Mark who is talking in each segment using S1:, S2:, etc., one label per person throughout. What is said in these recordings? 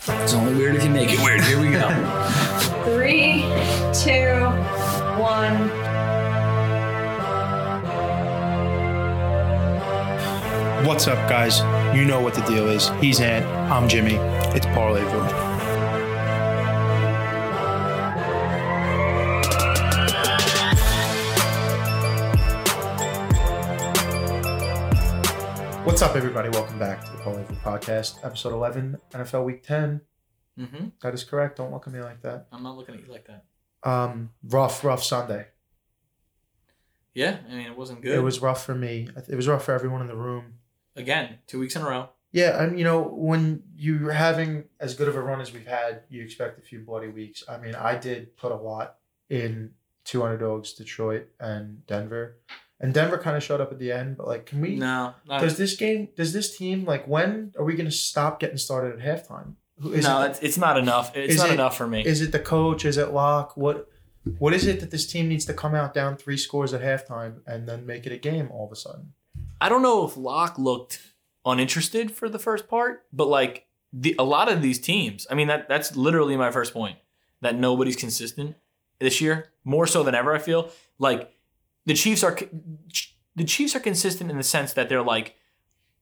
S1: It's only weird if you make it weird. Here we go.
S2: Three, two, one.
S3: What's up, guys? You know what the deal is. He's Ant. I'm Jimmy. It's Parlayville. What's up, everybody? Welcome back to the Parlayville Podcast, episode 11, NFL Week 10.
S1: mm-hmm.
S3: That is correct. Don't look at me like that.
S1: I'm not looking at you like that.
S3: Um, rough, rough Sunday.
S1: Yeah, I mean it wasn't good.
S3: It was rough for me. It was rough for everyone in the room.
S1: again two weeks in a row.
S3: Yeah, and you know, when you're having as good of a run as we've had, you expect a few bloody weeks. I mean, I did put a lot in two underdogs, Detroit and Denver. And Denver kind of showed up at the end, but like, can we?
S1: No, not,
S3: Does this game, does this team, like, when are we going to stop getting started at halftime? Who is
S1: no,
S3: it?
S1: it's, it's not enough. It's
S3: is
S1: not
S3: it-
S1: enough for me.
S3: Is it the coach? Is it Locke? What, what is it that this team needs to come out down three scores at halftime and then make it a game all of a sudden?
S1: I don't know if Locke looked uninterested for the first part, but like the a lot of these teams, I mean that that's literally my first point that nobody's consistent this year, more so than ever I feel. Like the Chiefs are the Chiefs are consistent in the sense that they're like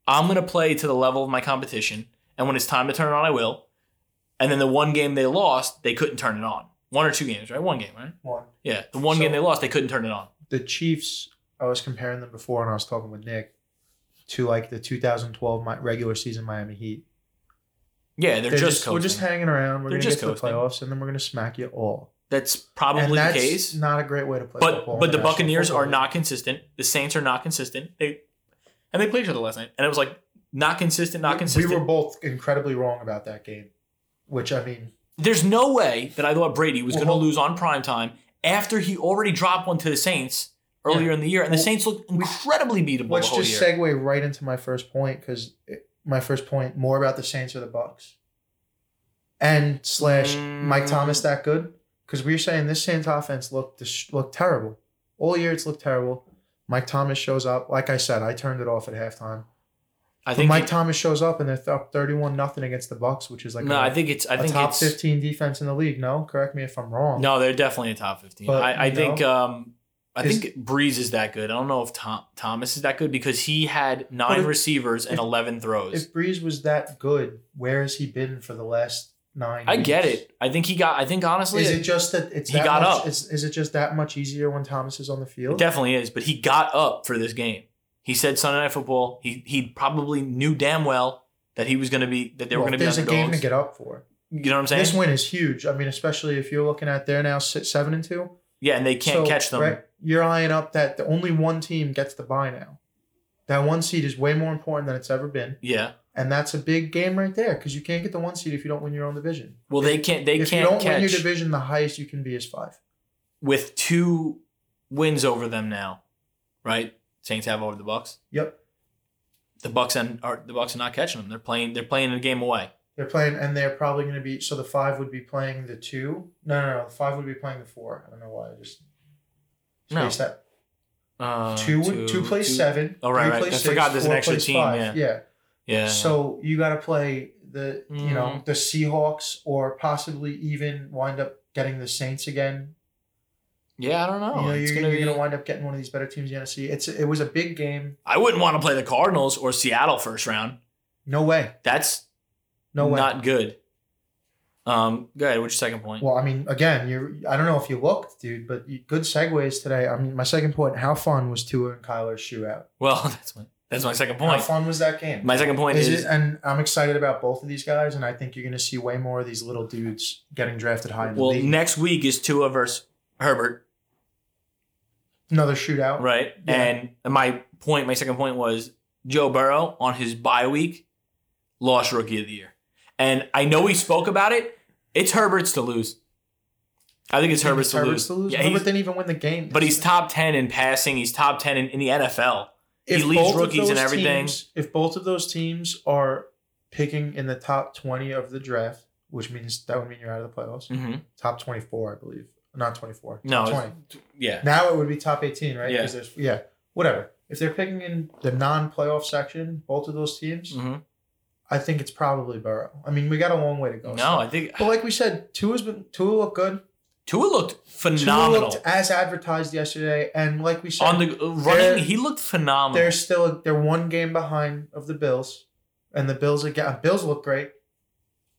S1: I'm going to play to the level of my competition and when it's time to turn it on I will. And then the one game they lost, they couldn't turn it on. One or two games, right? One game, right?
S3: One.
S1: Yeah, the one
S3: So-
S1: game they lost, they couldn't turn it on.
S3: the Chiefs, I was comparing them before and I was talking with Nick to like the 2012 mi- regular season Miami Heat.
S1: Yeah, they're, just,
S3: we're
S1: coasting.
S3: just hanging around. We're
S1: They're
S3: going to
S1: just
S3: get to the
S1: coasting.
S3: playoffs and then we're going to smack you all.
S1: that's
S3: and
S1: probably the
S3: that's
S1: case.
S3: not a great way to play
S1: But
S3: football. in
S1: but
S3: the
S1: the
S3: National
S1: Buccaneers
S3: Football
S1: are
S3: League.
S1: not consistent. The Saints are not consistent. They and they played each other last night, and it was like not consistent, not consistent.
S3: We were both incredibly wrong about that game, which I mean,
S1: There's no way that I thought Brady was
S3: Well,
S1: going
S3: hold-
S1: to lose on prime time after he already dropped one to the Saints earlier in the year, and the
S3: Well,
S1: Saints looked incredibly beatable the
S3: let's
S1: whole
S3: just
S1: year.
S3: segue right into my first point because my first point more about the Saints or the Bucks, and slash Mike
S1: Mm.
S3: Thomas that good because we were saying this Saints offense looked dis- looked terrible all year. It's looked terrible. Mike Thomas shows up. Like I said, I turned it off at halftime.
S1: I
S3: But
S1: think
S3: Mike
S1: it-
S3: Thomas shows up and they're th- up thirty-one nothing against the Bucks, which is like
S1: no,
S3: a-
S1: I think it's I
S3: a
S1: think
S3: top
S1: it's
S3: fifteen defense in the league. No, correct me if I'm wrong.
S1: no, they're definitely a top fifteen.
S3: But,
S1: I, I
S3: you
S1: think um I
S3: is-
S1: think Breeze is that good. I don't know if Tom, Thomas is that good because he had nine
S3: if-
S1: receivers and
S3: if-
S1: eleven throws.
S3: If Breeze was that good, where has he been for the last nine?
S1: I get
S3: weeks?
S1: it. I think he got. I think honestly,
S3: Is
S1: it
S3: it just that it's
S1: He
S3: that
S1: got
S3: much,
S1: up.
S3: Is, is it just that much easier when Thomas is on the field?
S1: definitely is. But he got up for this game. He said Sunday Night Football. He he probably knew damn well that he was going to be that they were
S3: Well,
S1: going to be
S3: There's a game to
S1: underdogs.
S3: get up for.
S1: you know what I'm saying?
S3: This win is huge. I mean, especially if you're looking at they're now si- seven and two.
S1: yeah, and they can't
S3: So,
S1: catch them.
S3: right, you're eyeing up that the only one team gets the bye now. That one seed is way more important than it's ever been,
S1: Yeah.
S3: and that's a big game right there because you can't get the one seed if you don't win your own division.
S1: Well, they can't. They
S3: if
S1: can't
S3: you don't
S1: catch
S3: win your division, the highest you can be is five.
S1: with two wins over them now, right? Saints have over the Bucks.
S3: Yep,
S1: The Bucks and are the Bucks are not catching them. They're playing. They're playing a game away.
S3: they're playing, and they're probably going to be. So the five would be playing the two. No, no, no. The five would be playing the four. I don't know why. I just
S1: No.
S3: spaced that
S1: Uh,
S3: two, two, plays seven.
S1: Oh, right,
S3: three
S1: right.
S3: plays
S1: I
S3: six,
S1: forgot there's an
S3: four
S1: extra
S3: plays
S1: team, yeah.
S3: yeah.
S1: Yeah. Mm.
S3: So you got to play the you know the Seahawks or possibly even wind up getting the Saints again.
S1: yeah, I don't know.
S3: you know,
S1: Oh, It's
S3: you're,
S1: gonna
S3: you're
S1: be-
S3: gonna wind up getting one of these better teams in the NFC. It's it was a big game.
S1: I wouldn't want to play the Cardinals or Seattle first round.
S3: No way.
S1: That's
S3: No way.
S1: not good. Um, go ahead. What's your second point?
S3: well, I mean, again, you're. I don't know if you looked, dude, but you, good segues today. I mean, my second point: how fun was Tua and Kyler's shootout?
S1: Well, that's my that's my second
S3: How
S1: point.
S3: fun was that game?
S1: My second point is,
S3: Is it, and I'm excited about both of these guys, and I think you're going to see way more of these little dudes getting drafted high in the
S1: well,
S3: league.
S1: next week is Tua versus Herbert,
S3: Another shootout.
S1: right?
S3: Oh, Yeah.
S1: And my point, my second point was Joe Burrow on his bye week lost Rookie of the Year, and I know we spoke about it. It's Herbert's to lose. I think it's
S3: Think
S1: Herbert's,
S3: Herbert's
S1: to lose. Yeah,
S3: Herbert
S1: he's-
S3: didn't even win the game.
S1: but he's top ten in passing. He's top ten in, in the NFL. he
S3: If
S1: leads
S3: both of
S1: rookies and
S3: those
S1: everything.
S3: teams- if both of those teams are picking in the top 20 of the draft, which means that would mean you're out of the playoffs.
S1: hmm
S3: Top 24, I believe. Not 24.
S1: No,
S3: top
S1: it's-
S3: 20.
S1: Yeah,
S3: Now it would be top 18, right?
S1: Yeah.
S3: 'Cause there's- yeah. Whatever. If they're picking in the non-playoff section, both of those teams,
S1: hmm
S3: I think it's probably Burrow. I mean, we got a long way to go.
S1: No, I think
S3: But like we said, Tua's been Tua looked good.
S1: Tua looked
S3: Tua
S1: phenomenal
S3: looked as advertised yesterday, and like we said,
S1: on the uh,
S3: They're-
S1: running. He looked phenomenal.
S3: they're still they're one game behind of the Bills, and the Bills again. Bills look great,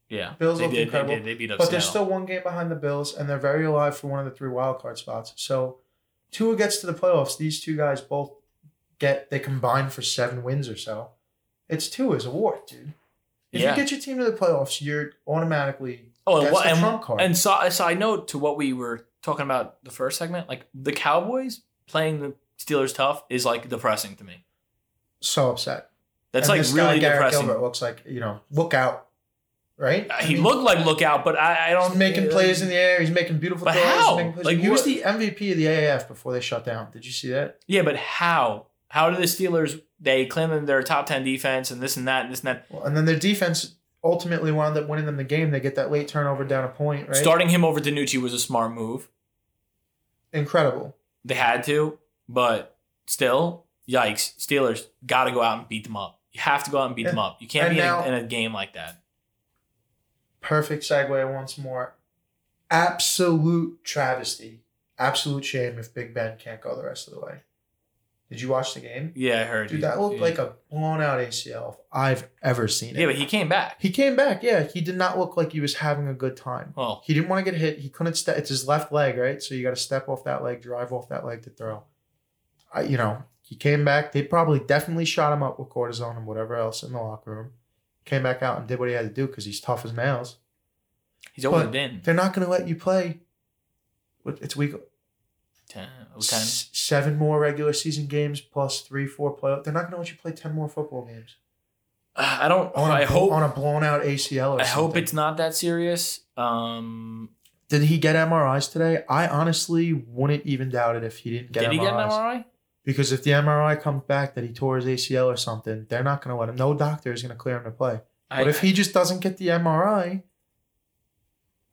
S1: yeah,
S3: Bills
S1: they
S3: looked
S1: did, they
S3: incredible,
S1: did. They beat up.
S3: but they're
S1: Seattle.
S3: still one game behind the Bills, and they're very alive for one of the three wild card spots. So, Tua gets to the playoffs. These two guys both get they combine for seven wins or so. It's Tua's award, dude. If
S1: yeah.
S3: you get your team to the playoffs, you're automatically
S1: oh, and,
S3: that's
S1: what,
S3: the
S1: and,
S3: trump card.
S1: and so a side note to what we were talking about the first segment, like the Cowboys playing the Steelers tough is like depressing to me.
S3: so upset.
S1: That's
S3: And
S1: like really
S3: Garrett
S1: depressing.
S3: Gilbert looks like you know, look out, right?
S1: Uh,
S3: I
S1: He
S3: mean,
S1: looked like lookout, but I, I don't
S3: He's making
S1: uh,
S3: plays in the air. He's making beautiful
S1: But
S3: throws. he's
S1: how?
S3: making plays.
S1: Like,
S3: he was
S1: what-
S3: the MVP of the AAF before they shut down. Did you see that?
S1: Yeah, but how? How do the Steelers? They claim that they're a top ten defense and this and that and this and that.
S3: Well, and then their defense ultimately wound up winning them the game. They get that late turnover down a point, right?
S1: Starting him over Danucci was a smart move.
S3: Incredible.
S1: They had to, but still, yikes! Steelers got to go out and beat them up. You have to go out and beat them up. You can't
S3: and
S1: be in a,
S3: now-
S1: in a game like that.
S3: Perfect segue once more. Absolute travesty. Absolute shame if Big Ben can't go the rest of the way. Did you watch the game?
S1: Yeah, I heard.
S3: Dude,
S1: you.
S3: that looked
S1: Yeah.
S3: like a blown out ACL if I've ever seen it.
S1: Yeah, but he came back.
S3: He came back. Yeah, he did not look like he was having a good time.
S1: Well,
S3: He didn't want to get hit. He couldn't step. It's his left leg, right? So you got to step off that leg, drive off that leg to throw. I, you know, he came back. They probably definitely shot him up with cortisone and whatever else in the locker room. Came back out and did what he had to do because he's tough as nails.
S1: he's always
S3: But
S1: been
S3: They're not going to let you play. What- It's week
S1: ten. oh, 10.
S3: s- seven more regular season games plus three, four playoff. They're not going to let you play ten more football games
S1: Uh, I don't.
S3: on a
S1: I
S3: bl-
S1: hope.
S3: on a blown out ACL. Or
S1: I hope
S3: something.
S1: it's not that serious. Um,
S3: Did he get MRIs today? I honestly wouldn't even doubt it if he didn't get
S1: did
S3: MRIs.
S1: he get an MRI?
S3: Because if the MRI comes back that he tore his ACL or something, they're not going to let him. No doctor is going to clear him to play.
S1: I-
S3: but if he just doesn't get the MRI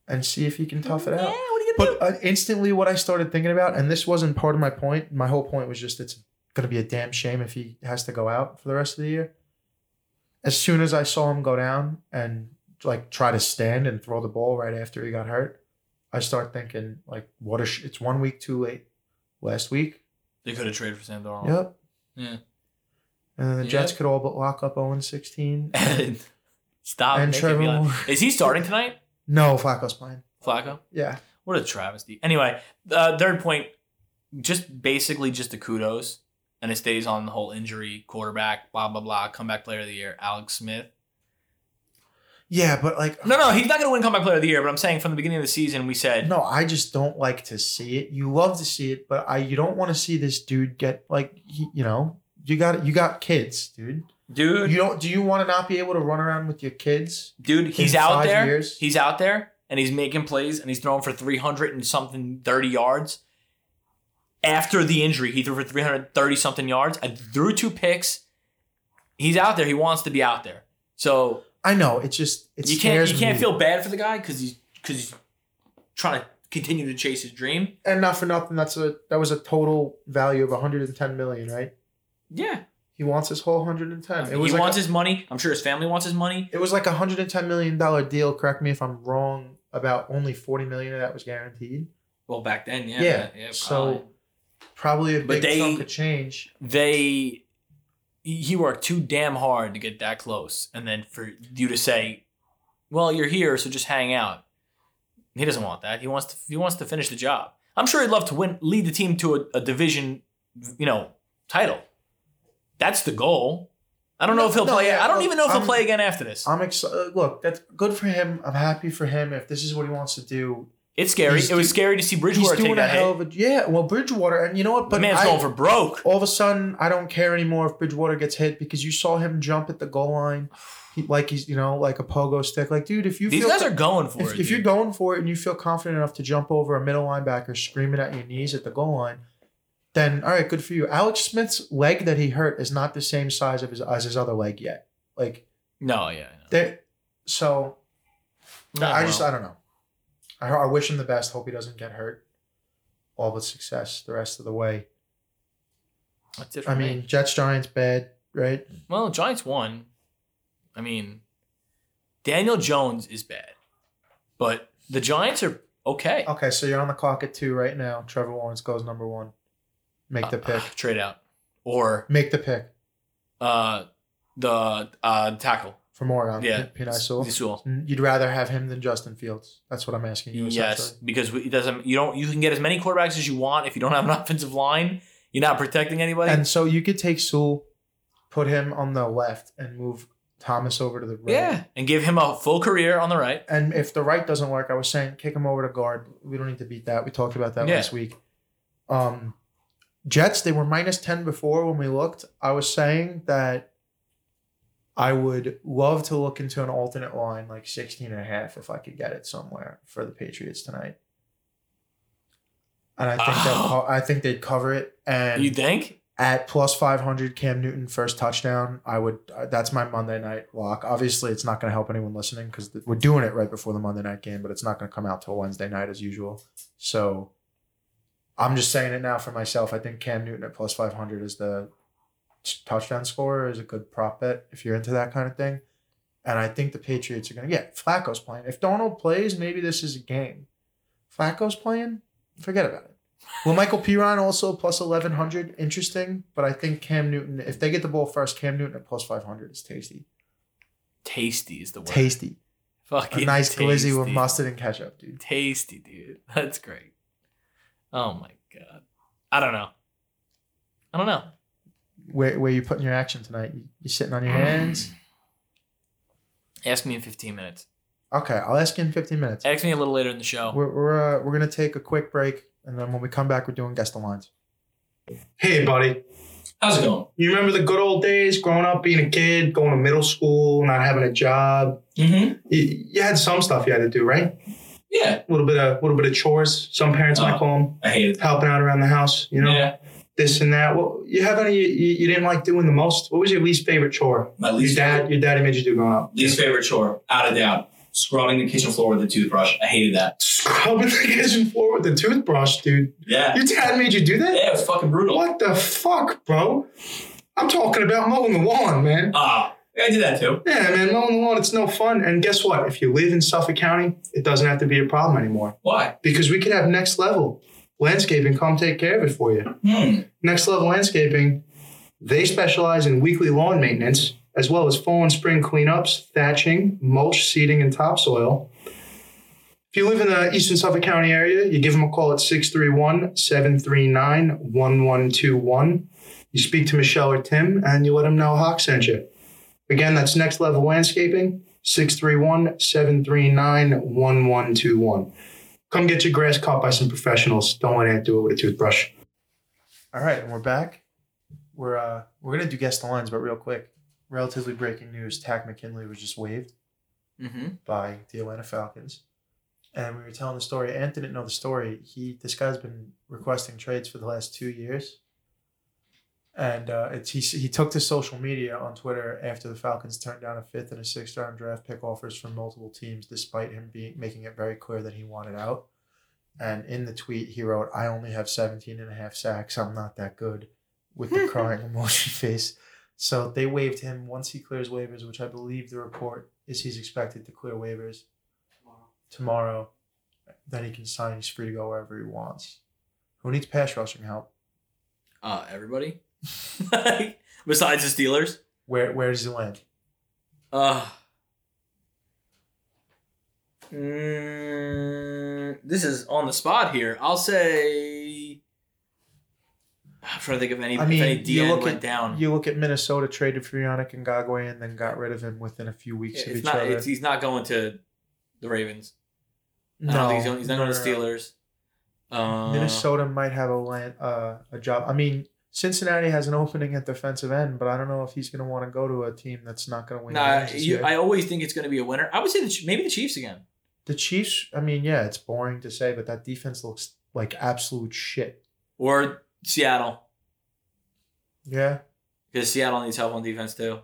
S3: and see if he can tough it
S1: Yeah,
S3: out.
S1: what are you gonna
S3: But uh, instantly, what I started thinking about, and this wasn't part of my point, my whole point was just it's going to be a damn shame if he has to go out for the rest of the year. As soon as I saw him go down and like try to stand and throw the ball right after he got hurt, I start thinking like, what a sh- it's one week too late. Last week,
S1: do? They could have traded for Sam Darnold.
S3: yep,
S1: Yeah.
S3: and then the
S1: Yeah.
S3: Jets could all but lock up 0 16.
S1: Stop. making
S3: And
S1: me
S3: Trevor
S1: laugh.
S3: Lawrence.
S1: Is he starting tonight,
S3: No, Flacco's playing.
S1: Flacco?
S3: Yeah,
S1: What a travesty. Anyway, uh, third point, just basically just a kudos, and it stays on the whole injury, quarterback, blah blah blah, comeback player of the year, Alex Smith.
S3: yeah, but like,
S1: No, no, he's not gonna win comeback player of the year, but I'm saying from the beginning of the season we said
S3: No, I just don't like to see it. You love to see it, but I you don't want to see this dude get like he, you know you got you got kids, dude.
S1: dude,
S3: You don't do you want to not be able to run around with your kids?
S1: dude, he's
S3: in
S1: out
S3: five
S1: there,
S3: years?
S1: he's out there, and he's making plays, and he's throwing for 300 and something 30 yards. After the injury, he threw for 330 something yards. I threw two picks. He's out there. He wants to be out there. So
S3: I know it's just it
S1: you can't
S3: scares
S1: you can't
S3: me.
S1: feel bad for the guy because he's because he's trying to continue to chase his dream.
S3: and not for nothing. That's a that was a total value of 110 million, right?
S1: Yeah,
S3: He wants his whole 110. It was
S1: he
S3: like
S1: wants
S3: a,
S1: his money. I'm sure his family wants his money.
S3: it was like a 110 million dollar deal. Correct me if I'm wrong. About only 40 million of that was guaranteed.
S1: Well, back then, yeah,
S3: Yeah,
S1: probably.
S3: so- Probably a
S1: But
S3: big
S1: they-
S3: chunk of change.
S1: they he worked too damn hard to get that close, and then for you to say, "Well, you're here, so just hang out." He doesn't want that. He wants to he wants to finish the job. I'm sure he'd love to win, lead the team to a, a division, you know, title. That's the goal. I don't know if he'll
S3: No,
S1: play.
S3: yeah,
S1: I don't
S3: look,
S1: even know if he'll
S3: I'm-
S1: play again after this.
S3: I'm excited. Look, that's good for him. I'm happy for him. If this is what he wants to do,
S1: It's scary.
S3: He's
S1: it was
S3: do-
S1: scary to see
S3: he's
S1: Bridgewater take
S3: doing a
S1: that
S3: hell
S1: hit.
S3: of a yeah. Well, Bridgewater, and you know what?
S1: The man's
S3: I-
S1: going for broke.
S3: all of a sudden, I don't care anymore if Bridgewater gets hit because you saw him jump at the goal line, he, like he's you know like a pogo stick. Like, dude, if you
S1: These
S3: feel
S1: guys are going for
S3: if,
S1: it.
S3: if you're
S1: dude.
S3: going for it and you feel confident enough to jump over a middle linebacker screaming at your knees at the goal line, then all right, good for you. Alex Smith's leg that he hurt is not the same size of his as his other leg yet. Like
S1: no, yeah,
S3: there, so
S1: no.
S3: I just I don't know. I, I wish him the best. Hope he doesn't get hurt. All but success the rest of the way.
S1: That's it for
S3: I
S1: me.
S3: mean, Jets Giants bad, right?
S1: well, Giants won. I mean, Daniel Jones is bad, but the Giants are okay.
S3: Okay, so you're on the clock at two right now. Trevor Lawrence goes number one. Make the
S1: Uh,
S3: pick.
S1: uh, trade out or
S3: Make the pick
S1: uh, the uh, tackle.
S3: from Oregon.
S1: Yeah,
S3: Um, P- Penei Sewell.
S1: Sewell.
S3: Mm, You'd rather have him than Justin Fields. That's what I'm asking you.
S1: Yes,
S3: essentially.
S1: because we- it doesn't. You don't. You can get as many quarterbacks as you want if you don't have an offensive line. You're not protecting anybody.
S3: And so you could take Sewell, put him on the left, and move Thomas over to the right.
S1: Yeah, and give him a full career on the right.
S3: And if the right doesn't work, I was saying kick him over to guard. We don't need to beat that. We talked about that
S1: Yeah.
S3: last week. Um, Jets, they were minus 10 before when we looked. I was saying that I would love to look into an alternate line like 16 and a half if I could get it somewhere for the Patriots tonight. And I think they'll co- I think they'd cover it. And
S1: You think?
S3: at plus 500 cam newton first touchdown i would uh, that's my monday night lock obviously it's not going to help anyone listening because th- we're doing it right before the monday night game but it's not going to come out till wednesday night as usual so i'm just saying it now for myself i think cam newton at plus 500 is the t- touchdown scorer is a good prop bet if you're into that kind of thing and i think the patriots are going to get flacco's playing if donald plays maybe this is a game flacco's playing forget about it well, Michael Piron also plus eleven hundred, interesting. But I think Cam Newton, if they get the ball first, Cam Newton at plus five hundred is tasty.
S1: Tasty is the word.
S3: Tasty,
S1: Fucking
S3: a nice
S1: tasty.
S3: glizzy with mustard and ketchup, dude.
S1: Tasty, dude. That's great. Oh my god. I don't know. I don't know.
S3: Where where you putting your action tonight? You, you sitting on your hands?
S1: Ask me in 15 minutes.
S3: Okay, I'll ask you in fifteen minutes.
S1: Ask me a little later in the show.
S3: We're we're, uh, we're gonna take a quick break, and then when we come back, we're doing guest lines.
S4: Hey, buddy.
S1: How's it going?
S4: You remember the good old days growing up, being a kid, going to middle school, not having a job?
S1: Mm-hmm.
S4: You, you had some stuff you had to do, right?
S1: Yeah.
S4: A little bit of, little bit of chores, some parents
S1: Oh.
S4: might call them,
S1: I hate it.
S4: helping out around the house, you know,
S1: yeah.
S4: this and that. Well, you have any you, you didn't like doing the most? What was your least favorite chore?
S5: My
S4: Your
S5: least
S4: dad,
S5: favorite,
S4: your daddy made you do uh, growing up.
S5: least favorite chore, out of doubt, scrubbing the kitchen floor with a toothbrush. I hated that.
S4: Scrubbing the kitchen floor with a toothbrush, dude.
S5: Yeah.
S4: Your dad made you do that?
S5: Yeah, it was fucking brutal.
S4: What the fuck, bro? I'm talking about mowing the lawn, man.
S5: Ah, I did that too.
S4: Yeah, man, mowing the lawn, it's no fun. And guess what? If you live in Suffolk County, it doesn't have to be a problem anymore
S5: Why?
S4: because we could have next level landscaping come take care of it for you.
S5: Hmm.
S4: Next level landscaping, they specialize in weekly lawn maintenance as well as fall and spring cleanups, thatching, mulch, seeding, and topsoil. If you live in the eastern Suffolk County area, you give them a call at 631 739 1121. You speak to Michelle or Tim and you let them know Hawk sent you. Again, that's Next Level Landscaping, 631 739 1121. Come get your grass cut by some professionals. Don't let Aunt do it with a toothbrush.
S3: All right, and we're back. We're uh we're gonna do guest lines, but real quick. Relatively breaking news: Tack McKinley was just waived.
S1: Mm-hmm.
S3: by the Atlanta Falcons. And we were telling the story. Ant didn't know the story. He this guy's been requesting trades for the last two years. And uh, it's, he he took to social media on Twitter after the Falcons turned down a fifth and a sixth round draft pick offers from multiple teams, despite him being making it very clear that he wanted out. And in the tweet, he wrote, "I only have 17 and a half sacks. I'm not that good," with the crying emoji face. So they waived him once he clears waivers, which I believe the report is he's expected to clear waivers tomorrow. Then he can sign. He's free to go wherever he wants. Who needs pass rushing help?
S1: Uh, everybody. Besides the Steelers.
S3: Where Where does he land?
S1: Uh, mm, this is on the spot here. I'll say. I'm trying to think of any.
S3: I mean,
S1: if any
S3: you
S1: DN
S3: look
S1: went
S3: at-
S1: down.
S3: You look at Minnesota traded for Yannick Ngakwe and then got rid of him within a few weeks of
S1: it's
S3: each
S1: not.
S3: other.
S1: It's, he's not going to the Ravens.
S3: no,
S1: I don't think he's going. He's not
S3: no,
S1: going to the
S3: no, no.
S1: Steelers. Uh,
S3: Minnesota might have a land, uh, a job. I mean, Cincinnati has an opening at defensive end, but I don't know if he's going to want to go to a team that's not going to win.
S1: Nah,
S3: games this
S1: you,
S3: year.
S1: I always think it's going to be a winner. I would say the, Ch- maybe the Chiefs again.
S3: The Chiefs, I mean, yeah, it's boring to say, but that defense looks like absolute shit.
S1: or Seattle
S3: Yeah.
S1: because Seattle needs help on defense too.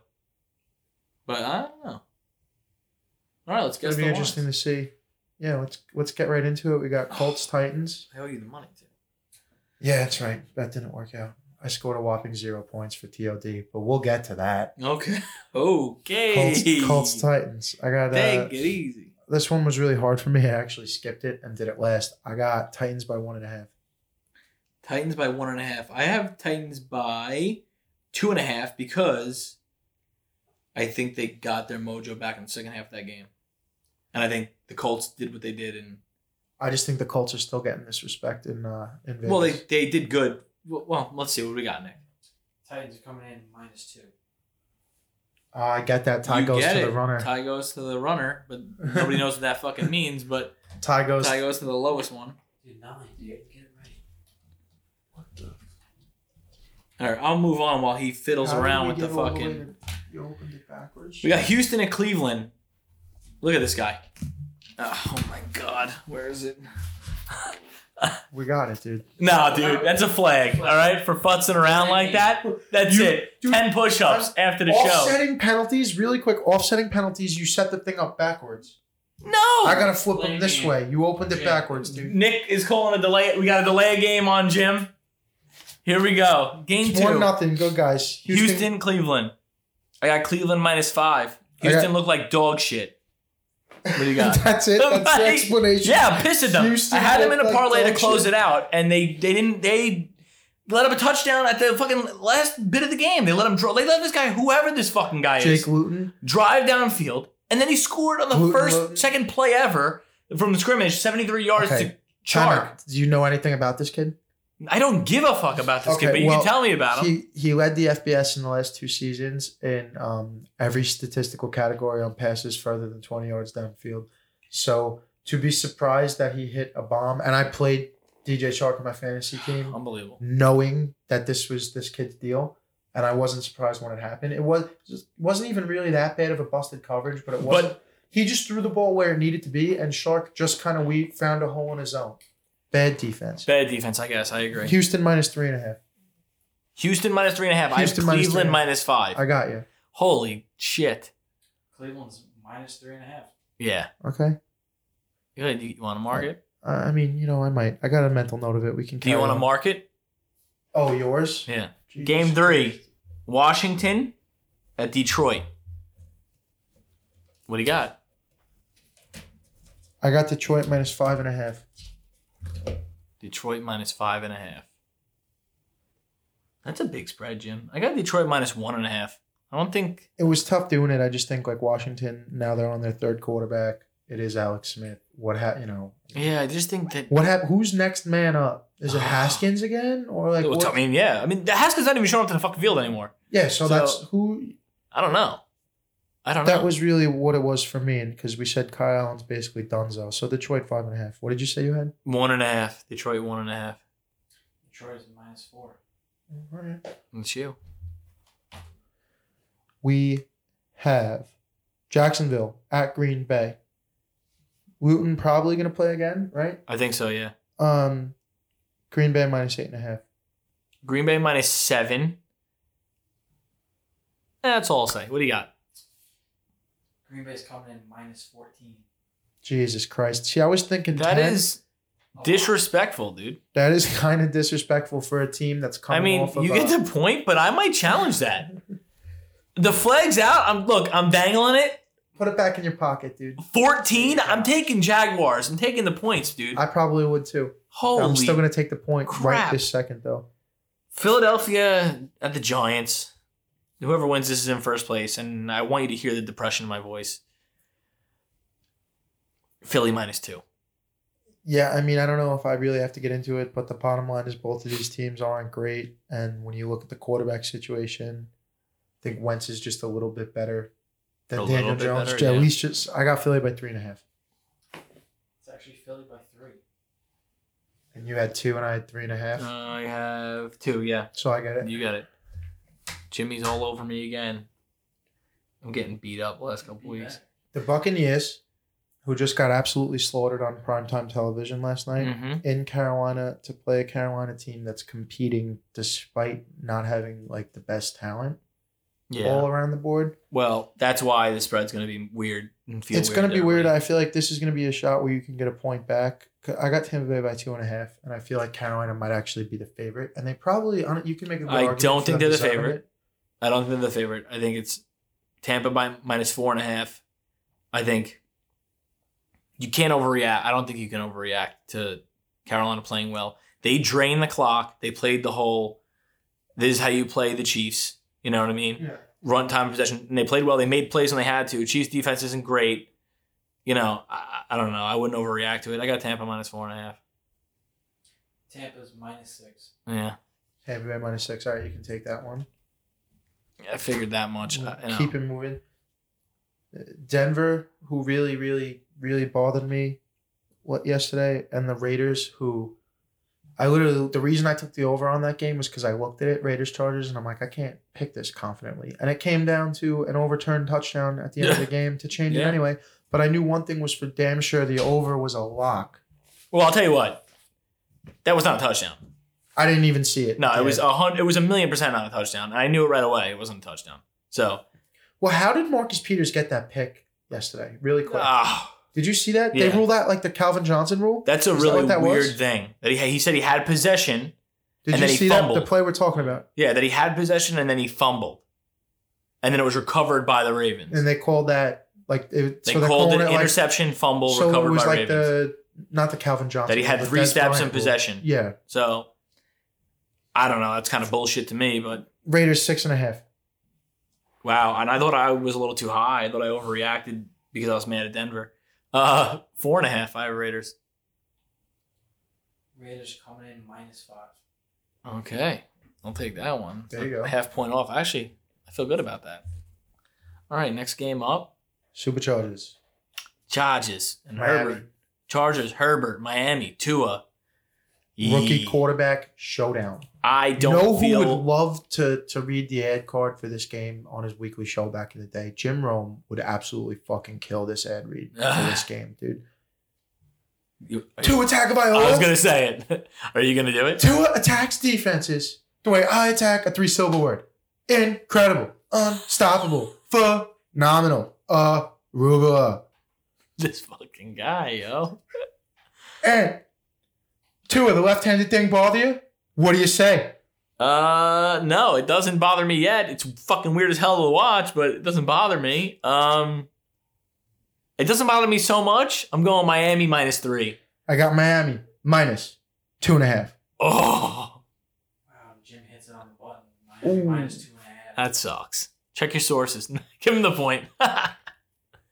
S1: But I don't know. All right, let's
S3: It's
S1: guess
S3: gonna
S1: the
S3: be
S1: lines.
S3: interesting to see. Yeah, let's let's get right into it. We got Colts Titans.
S1: I owe you the money too.
S3: Yeah, that's right. That didn't work out. I scored a whopping zero points for TLD, but we'll get to that.
S1: Okay. Okay.
S3: Colts, Colts Titans. I got uh,
S1: Take it easy.
S3: this one was really hard for me. I actually skipped it and did it last. I got Titans by one and a half.
S1: Titans by one and a half. I have Titans by two and a half because I think they got their mojo back in the second half of that game. And I think the Colts did what they did and
S3: I just think the Colts are still getting this respect in uh in Vegas.
S1: well they, they did good. Well, well, let's see what we got, Nick.
S6: Titans are coming in minus two.
S3: Uh, I got that tie
S1: You
S3: goes
S1: get
S3: to the
S1: it.
S3: runner.
S1: Tie goes to the runner, but nobody knows what that fucking means, but
S3: tie goes
S1: tie goes to the lowest one.
S6: Dude, nine, dude. Get it right.
S1: All right, I'll move on while he fiddles
S3: How did
S1: around
S3: we
S1: with the
S3: get all way
S1: fucking
S3: to- you opened it backwards.
S1: We got Houston and Cleveland. Look at this guy. Oh my god, where is it?
S3: We got it, dude.
S1: Nah, dude, that's a flag. All right, for futzing around like that. That's
S3: You-
S1: it.
S3: dude,
S1: Ten push-ups after the show.
S3: Offsetting penalties, really quick. Offsetting penalties. You set the thing up backwards.
S1: No,
S3: I gotta flip them
S6: Blame
S3: this
S6: you.
S3: way. You opened it
S6: Yeah.
S3: backwards, dude.
S1: Nick is calling a delay. We got a delay game on Jim. Here we go. Game
S3: It's
S1: two.
S3: one nothing. Go guys.
S1: Houston, Cleveland. I got Cleveland minus five.
S3: I got-
S1: Houston looked like dog shit. What do you got?
S3: that's it. That's the
S1: Somebody-
S3: explanation.
S1: Yeah, I'm pissed at them.
S3: Houston
S1: I had them in a
S3: looked like
S1: parlay to
S3: dog
S1: close it
S3: shit.
S1: out, and they they didn't they let up a touchdown at the fucking last bit of the game. They let him draw. They let this guy, whoever this fucking guy
S3: Jake
S1: is,
S3: Luton.
S1: drive downfield, and then he scored on the
S3: Who-
S1: first
S3: who-
S1: second play ever from the scrimmage, seventy three yards
S3: Okay.
S1: to Chark.
S3: Timeout. Do you know anything about this kid?
S1: I don't give a fuck about this
S3: Okay,
S1: kid, but you
S3: well,
S1: can tell me about him.
S3: He he led the FBS in the last two seasons in um, every statistical category on passes further than 20 yards downfield. So to be surprised that he hit a bomb, and I played DJ Shark on my fantasy team
S1: Unbelievable.
S3: knowing that this was this kid's deal, and I wasn't surprised when it happened. It was just wasn't even really that bad of a busted coverage, but it was. not he just threw the ball where it needed to be, and Shark just kind of we found a hole in his own. Bad defense.
S1: Bad defense, I guess. I agree.
S3: Houston minus three and a half.
S1: Houston minus three and a half. I
S3: Houston
S1: have
S3: minus three
S1: Cleveland
S3: and a half.
S1: minus five.
S3: I got you.
S1: Holy shit.
S6: Cleveland's minus three and a half.
S1: Yeah.
S3: Okay.
S1: You, you want to mark it?
S3: Uh, I mean, you know, I might. I got a mental note of it. We can.
S1: Do you
S3: carry
S1: want to
S3: on.
S1: mark it?
S3: Oh, yours.
S1: Yeah.
S3: Jesus.
S1: Game three, Washington at Detroit. What do you got?
S3: I got Detroit minus five and a half.
S1: Detroit minus five and a half. That's a big spread, Jim. I got Detroit minus one and a half. I don't think.
S3: It was tough doing it. I just think like Washington. Now they're on their third quarterback. It is Alex Smith. What hap? You know,
S1: Yeah, I just think that.
S3: what hap- Who's next man up? Is it Haskins again or like?
S1: Well,
S3: what-
S1: I mean, yeah. I mean, the Haskins not even showing up to the fucking field anymore.
S3: yeah. So,
S1: so-
S3: that's who.
S1: I don't know. I don't know.
S3: That was really what it was for me, because we said Kyle Allen's basically Dunzo. So Detroit five and a half. What did you say you had?
S1: one and a half. Detroit one and a half.
S6: Detroit's minus four.
S1: It's you.
S3: we have Jacksonville at Green Bay. Luton probably going to play again, right?
S1: I think so. Yeah.
S3: Um, Green Bay minus eight and a half.
S1: Green Bay minus seven. That's all I'll say. What do you got?
S6: Green Bay's coming in minus fourteen.
S3: Jesus Christ! See, I was thinking
S1: That
S3: 10.
S1: is
S6: Oh,
S1: disrespectful, dude.
S3: that is kind of disrespectful for a team that's coming.
S1: I mean,
S3: off of
S1: you
S3: a-
S1: get the point, but I might challenge that. The flag's out. I'm look. I'm dangling it.
S3: put it back in your pocket, dude.
S1: 14. I'm taking Jaguars. I'm taking the points, dude.
S3: I probably would too.
S1: Holy
S3: I'm still going to take the point right
S1: crap.
S3: this second, though.
S1: Philadelphia at the Giants. Whoever wins this is in first place, and I want you to hear the depression in my voice. Philly minus two.
S3: Yeah, I mean, I don't know if I really have to get into it, but the bottom line is both of these teams aren't great. And when you look at the quarterback situation, I think Wentz is just a little bit better than
S1: A little
S3: Daniel
S1: bit
S3: Jones.
S1: better,
S3: At
S1: yeah.
S3: least just I got Philly by three and a half,
S6: It's actually Philly by three.
S3: and you had two, and I had three and a half.
S1: I have two. Uh, Yeah.
S3: so I got it.
S1: You got it. Jimmy's all over me again. I'm getting beat up the last couple
S6: Be
S1: weeks.
S6: better.
S3: The Buccaneers, who just got absolutely slaughtered on primetime television last night
S1: Mm-hmm.
S3: in Carolina to play a Carolina team that's competing despite not having like the best talent,
S1: Yeah.
S3: all around the board.
S1: well, that's why the spread's going to be weird and feel
S3: it's
S1: weird
S3: going to be
S1: every
S3: weird.
S1: week.
S3: I feel like this is going to be a shot where you can get a point back. 'Cause I got Tampa Bay by two and a half, and I feel like Carolina might actually be the favorite. And they probably, I don't- you can make a good
S1: I
S3: argument
S1: don't
S3: for
S1: think
S3: them
S1: they're the
S3: deserving
S1: favorite. I don't think they're the favorite. I think it's Tampa by minus four and a half. I think you can't overreact. I don't think you can overreact to Carolina playing well. They drained the clock. They played the whole. This is how you play the Chiefs. You know what I mean?
S3: it. Yeah.
S1: Run time possession, and they played well. They made plays when they had to. Chiefs defense isn't great. You know, I, I I don't know. I wouldn't overreact to it. I got Tampa minus four and a half.
S6: Tampa's minus six.
S1: Yeah,
S3: Tampa Bay minus six. All right, you can take that one.
S1: I figured that much. I- you know.
S3: Keep it moving. Uh, Denver, who really, really, really bothered me what yesterday, and the Raiders, who I literally the reason I took the over on that game was because I looked at it, Raiders Chargers, and I'm like, I can't pick this confidently. And it came down to an overturned touchdown at the end of the game to change it
S1: Yeah.
S3: anyway. But I knew one thing was for damn sure the over was a lock.
S1: Well, I'll tell you what. That was not a touchdown.
S3: I didn't even see it.
S1: No, it was
S3: Yeah.
S1: a hundred. It was a million percent not a touchdown. I knew it right away. It wasn't a touchdown. So
S3: Well, how did Marcus Peters get that pick yesterday? Really quick.
S1: ah,
S3: Did you see that? They
S1: Yeah.
S3: ruled out like the Calvin Johnson rule.
S1: that's a
S3: Is that
S1: really
S3: what that
S1: weird
S3: was?
S1: thing. That he he said he had possession. And
S3: Did you
S1: then he
S3: see that the
S1: fumbled.
S3: play we're talking about?
S1: Yeah, that he had possession and then he fumbled, and then it was recovered by the Ravens.
S3: And they called that like it,
S1: they
S3: so they're
S1: called
S3: calling
S1: it
S3: it like
S1: interception, fumble,
S3: so
S1: recovered
S3: it was
S1: by
S3: like
S1: Ravens.
S3: the not the Calvin Johnson
S1: that he had
S3: the
S1: three
S3: Dez
S1: steps in
S3: Bryant rule.
S1: possession.
S3: Yeah,
S1: So I don't know. That's kind of bullshit to me. But
S3: Raiders six and a half.
S1: wow, and I thought I was a little too high. I thought I overreacted because I was mad at Denver. Uh, four and a half. I have Raiders.
S6: Raiders coming in minus five.
S1: Okay. I'll take that one.
S3: There you go.
S1: Half point off. Actually, I feel good about that. All right, next game up.
S3: Superchargers.
S1: Chargers and
S3: Miami.
S1: Herbert. Chargers, Herbert, Miami, Tua.
S3: Rookie
S1: Yee.
S3: quarterback showdown.
S1: I don't
S3: know who
S1: feel
S3: would love to to read the ad card for this game on his weekly show back in the day. Jim Rome would absolutely fucking kill this ad read for this game, dude.
S1: You-
S3: Two attack of Iowa.
S1: I was gonna say it. Are you gonna do it?
S3: Tua attacks defenses the way I attack a three syllable word. Incredible. Unstoppable. Phenomenal. Arugula.
S1: This fucking guy, yo.
S3: And Tua, the left handed thing bother you? What do you say?
S1: Uh no, it doesn't bother me yet. It's fucking weird as hell to watch, but it doesn't bother me. Um it doesn't bother me so much. I'm going Miami minus three.
S3: I got Miami minus two and a half.
S1: Oh,
S6: Wow, Jim hits it on the button. Miami
S3: Ooh.
S6: minus two and a half.
S1: That sucks. Check your sources. give him the point.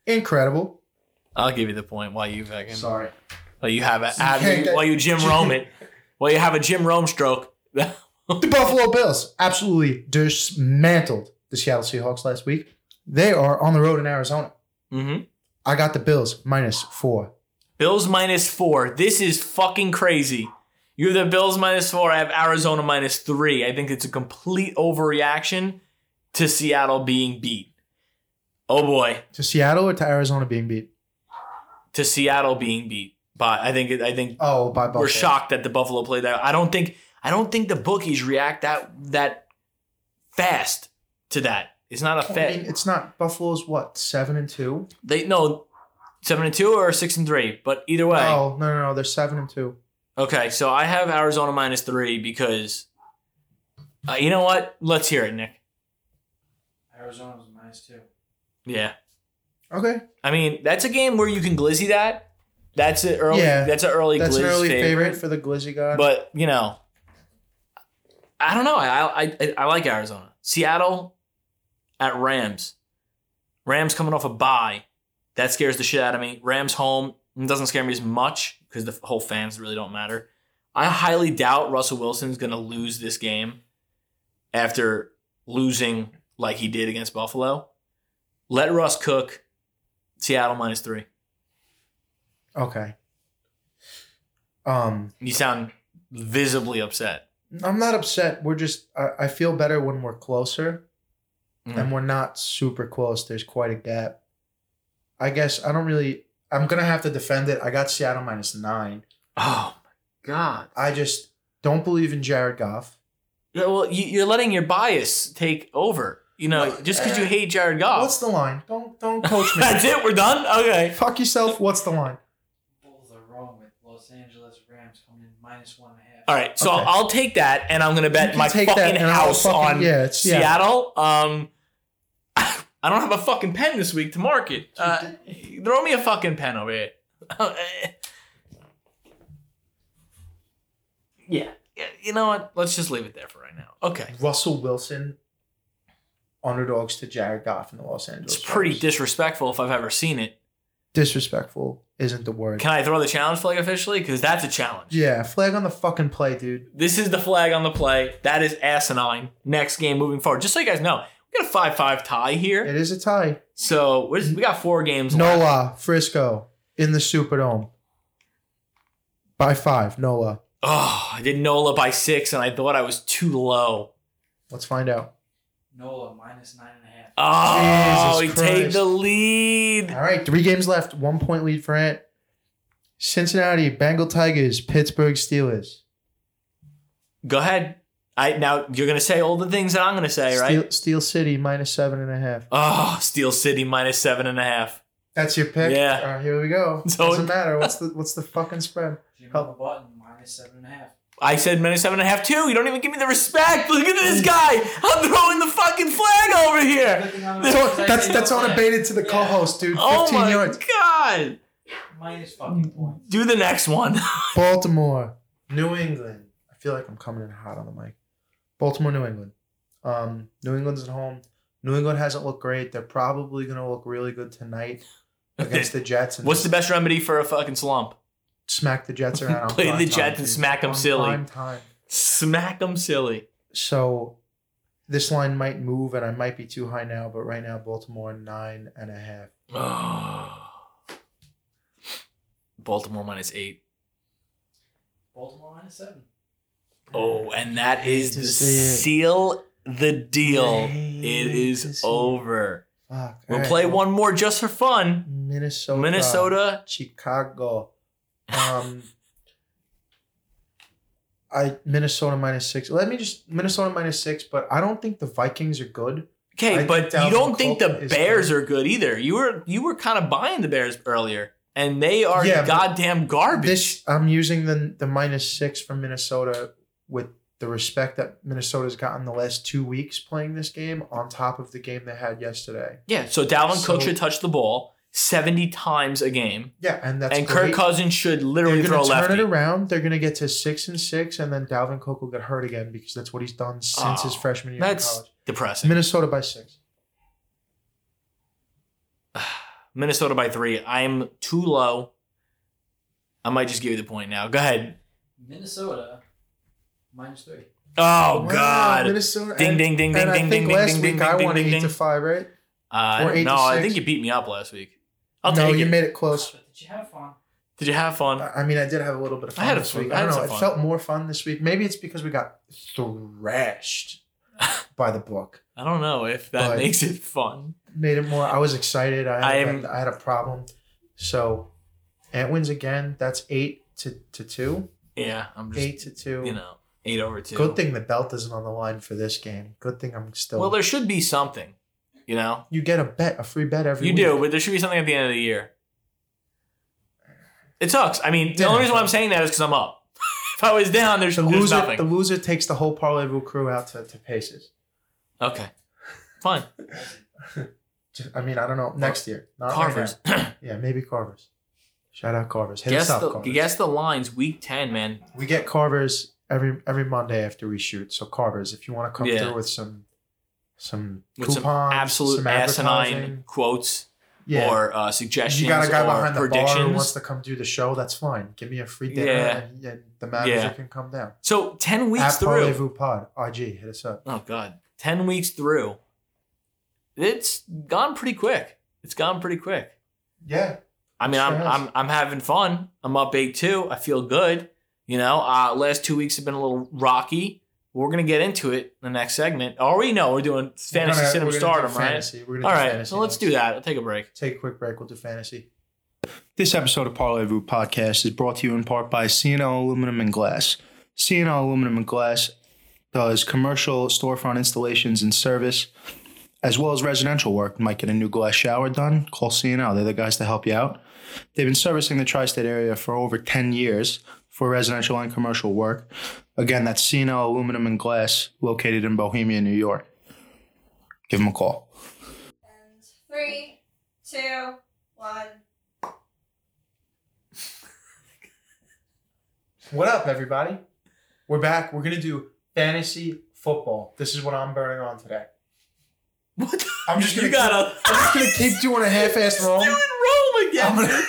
S3: Incredible.
S1: I'll give you the point while you fucking
S3: Sorry.
S1: while you have a
S3: You can't
S1: have,
S3: get-
S1: while you Jim Rome it while you have a Jim Rome stroke.
S3: The Buffalo Bills absolutely dismantled the Seattle Seahawks last week. They are on the road in Arizona.
S1: hmm
S3: I got the Bills minus four.
S1: Bills minus four. This is fucking crazy. You have the Bills minus four. I have Arizona minus three. I think it's a complete overreaction to Seattle being beat. Oh boy,
S3: To Seattle or to Arizona being beat?
S1: to Seattle being beat. But I think it, I think
S3: Oh, by Buffalo.
S1: We're shocked that the Buffalo played that. I don't think I don't think the bookies react that that fast to that. It's not a
S3: I mean,
S1: fast.
S3: it's not Buffalo's what seven and two.
S1: They no seven and two or six and three, but either way,
S3: Oh no, no, no, they're seven and two.
S1: okay. So I have Arizona minus three because uh, you know what? Let's hear it, Nick.
S6: Arizona was minus two.
S1: Yeah,
S3: Okay,
S1: I mean that's a game where you can glizzy that. That's an early.
S3: Yeah.
S1: that's an early.
S3: that's an
S1: glizz
S3: early
S1: favorite.
S3: favorite for the Glizzy guy.
S1: But you know, I don't know. I I I, I like Arizona, Seattle, at Rams. Rams coming off a bye, that scares the shit out of me. Rams home it doesn't scare me as much because the whole fans really don't matter. I highly doubt Russell Wilson's gonna lose this game after losing like he did against Buffalo. Let Russ cook. Seattle minus three.
S3: okay, um,
S1: You sound visibly upset.
S3: I'm not upset. We're just I, I feel better when we're closer,
S1: Mhm.
S3: and we're not super close. There's quite a gap. I guess I don't really. I'm gonna have to defend it. I got Seattle minus nine.
S1: Oh my god.
S3: I just don't believe in Jared Goff.
S1: Yeah, well, you, you're letting your bias take over. You know, just because you hate Jared Goff.
S3: What's the line? Don't don't coach
S1: Oh.
S3: me.
S1: That's it. We're done. Okay.
S3: Fuck yourself. What's the line?
S6: Bulls are wrong with Los Angeles Rams coming in minus one and a half.
S1: All right. So
S3: Okay.
S1: I'll take that, and I'm gonna
S3: You
S1: bet
S3: can
S1: my
S3: take
S1: fucking
S3: that and I'll
S1: house
S3: fucking-
S1: on
S3: yeah, it's, yeah.
S1: Seattle. Um, I don't have a fucking pen this week to mark it. Uh, throw me a fucking pen over here. yeah. Yeah, You know what? Let's just leave it there for right now. Okay.
S3: Russell Wilson underdogs to Jared Goff in the Los Angeles.
S1: It's pretty
S3: Rams.
S1: disrespectful if I've ever seen it.
S3: disrespectful. Isn't the word?
S1: Can I throw the challenge flag officially? Because that's a challenge.
S3: yeah, flag on the fucking play, dude.
S1: This is the flag on the play. That is asinine. Next game moving forward. Just so you guys know, we got a 5 5 tie here.
S3: It is a tie.
S1: So we're just- we got four games left.
S3: Nola Frisco in the Superdome by five. Nola,
S1: Oh, I did Nola by six, and I thought I was too low.
S3: let's find out.
S6: Nola minus nine and a half.
S1: Oh,
S3: Jesus
S1: he
S3: Christ.
S1: take the lead.
S3: All right, three games left. One point lead for Ant. Cincinnati Bengal Tigers, Pittsburgh Steelers.
S1: Go ahead. I now you're gonna say all the things that I'm gonna say, right?
S3: Steel, Steel City minus seven and a half.
S1: Oh, Steel City minus seven and a half.
S3: That's your pick.
S1: Yeah.
S3: All right, here we go.
S1: So-
S3: Doesn't matter. What's the what's the fucking spread?
S6: Jimmy
S3: Oh.
S6: Button minus seven and a half.
S1: I said minus seven and a half too. You don't even give me the respect. Look at this guy. I'm throwing the fucking flag over here.
S6: Everything on the
S1: That's-
S6: right
S3: That's
S6: side,
S3: that's
S6: no flag.
S3: unabated to the
S6: Yeah.
S3: co-host, dude. Fifteen
S1: Oh my
S3: yards.
S1: god.
S6: Minus fucking point.
S1: Do the next one.
S3: Baltimore, New England. I feel like I'm coming in hot on the mic. Baltimore, New England. Um, New England's at home. New England hasn't looked great. They're probably going to look really good tonight against the Jets. And
S1: What's the best remedy for a fucking slump?
S3: smack the Jets around? on
S1: Play the
S3: prime
S1: Jets
S3: time,
S1: and
S3: dude.
S1: smack 'em
S3: On
S1: silly.
S3: prime time.
S1: Smack them silly.
S3: So this line might move, and I might be too high now. But right now, Baltimore nine and a half.
S1: Oh. Baltimore minus eight.
S6: Baltimore minus seven.
S1: Oh, and that is
S3: to
S1: the
S3: see it.
S1: seal the deal.
S3: I hate
S1: It
S3: to
S1: is
S3: see it.
S1: over.
S3: Fuck.
S1: We'll
S3: All
S1: play
S3: right.
S1: one more just for fun.
S3: Minnesota. uh,
S1: Minnesota.
S3: Chicago. Um, I Minnesota minus six. Let me just Minnesota minus six, but I don't think the Vikings are good. I
S1: Okay,
S3: think
S1: but
S3: Dalvin
S1: you don't think
S3: Cook
S1: the
S3: is
S1: Bears
S3: good.
S1: are good either. You were you were kind of buying the Bears earlier, and they are
S3: Yeah, but
S1: goddamn garbage.
S3: This I'm using the the minus six from Minnesota with the respect that Minnesota's gotten the last two weeks playing this game on top of the game they had yesterday.
S1: yeah, so Dalvin Cook
S3: So-
S1: should touch the ball seventy times a game,
S3: Yeah, and that's
S1: and
S3: great.
S1: Kirk Cousins should
S3: They're
S1: literally
S3: gonna
S1: throw
S3: turn
S1: left.
S3: it around. They're gonna get to six and six, and then Dalvin Cook will get hurt again because that's what he's done since his
S1: Oh,
S3: freshman year in
S1: That's
S3: college.
S1: depressing.
S3: Minnesota by six.
S1: Minnesota by three. I'm too low. I might just give you the point now. Go ahead.
S6: Minnesota minus three.
S1: Oh
S3: Wow,
S1: God.
S3: Minnesota.
S1: Ding,
S3: and-
S1: ding, ding,
S3: and
S1: ding,
S3: I
S1: ding,
S3: think
S1: ding,
S3: last
S1: ding,
S3: week
S1: ding,
S3: I
S1: ding,
S3: won
S1: ding,
S3: eight
S1: ding.
S3: to five, right?
S1: Uh,
S3: Or eight
S1: no,
S3: to
S1: I
S3: six.
S1: think you beat me up last week. I'll
S3: no,
S1: take
S3: you
S1: it.
S3: made it close.
S6: But did you have fun?
S1: Did you have fun?
S3: I I mean, I did have a little bit of
S1: I
S3: fun
S1: had
S3: this
S1: some-
S3: week.
S1: I
S3: I don't
S1: had some
S3: know. It
S1: fun.
S3: felt more fun this week. Maybe it's because we got thrashed by the book.
S1: I don't know if that
S3: But-
S1: makes it fun.
S3: Made it more. I was excited. I had,
S1: I am-
S3: I had a problem. So, Ant wins again. That's eight to, to two.
S1: Yeah, I'm just
S3: Eight to two.
S1: you know eight over two.
S3: Good thing the belt isn't on the line for this game. Good thing I'm still.
S1: Well, there should be something. You know,
S3: you get a bet, a free bet every
S1: you
S3: week.
S1: do, but there should be something at the end of the year. It sucks. I mean, the
S3: Yeah.
S1: only reason why I'm saying that is because I'm up. if I was down, there's,
S3: The
S1: there's
S3: loser,
S1: nothing.
S3: the loser takes the whole Parlay Vu crew out to, to Paces.
S1: okay, fine.
S3: Ju- I mean, I don't know. Next year. Not right
S1: Carvers.
S3: now. yeah, maybe Carvers. Shout out Carvers. Hit
S1: guess
S3: us up,
S1: the
S3: Carvers.
S1: guess the lines week ten, man.
S3: we get Carvers every every Monday after we shoot. So Carvers, if you want to come
S1: Yeah.
S3: through with some some
S1: With
S3: coupons,
S1: some absolute
S3: some
S1: asinine
S3: advertising,
S1: quotes
S3: yeah.
S1: or uh, suggestions
S3: you got a guy
S1: or
S3: behind the bar who
S1: predictions.
S3: wants to come do the show. That's fine. Give me a free dinner,
S1: Yeah.
S3: and, and the manager
S1: Yeah.
S3: can come down.
S1: so ten weeks
S3: At
S1: through.
S3: Parlez-vous Pod, IG, hit us up.
S1: oh god, ten weeks through. It's gone pretty quick. It's gone pretty quick.
S3: Yeah,
S1: I mean,
S3: Sure
S1: I'm,
S3: has.
S1: I'm I'm having fun. I'm up eight two. I feel good. You know, uh, last two weeks have been a little rocky. We're gonna get into it in the next segment. Already know we're doing fantasy
S3: We're gonna-
S1: cinema
S3: we're gonna do
S1: stardom, right?
S3: fantasy. We're gonna
S1: All
S3: do
S1: right,
S3: fantasy
S1: so let's
S3: next.
S1: do that. I'll take a break.
S3: Take a quick break. We'll do fantasy. This episode of Parlay Vu Podcast is brought to you in part by CNL Aluminum and Glass. CNL Aluminum and Glass does commercial storefront installations and service.
S4: as well as residential work. You might get a new glass shower done. Call CNL. They're the guys to help you out. They've been servicing the tri-state area for over 10 years for residential and commercial work. Again, that's CNL Aluminum and Glass, located in Bohemia, New York. Give them a call.
S2: And three, two, one.
S3: What up, everybody? We're back. We're gonna do fantasy football. This is what I'm burning on today.
S1: What? The,
S3: I'm just gonna.
S1: you gotta.
S3: I'm just gonna keep doing a half-assed
S1: Just
S3: roll.
S1: do it wrong again.
S3: I'm gonna-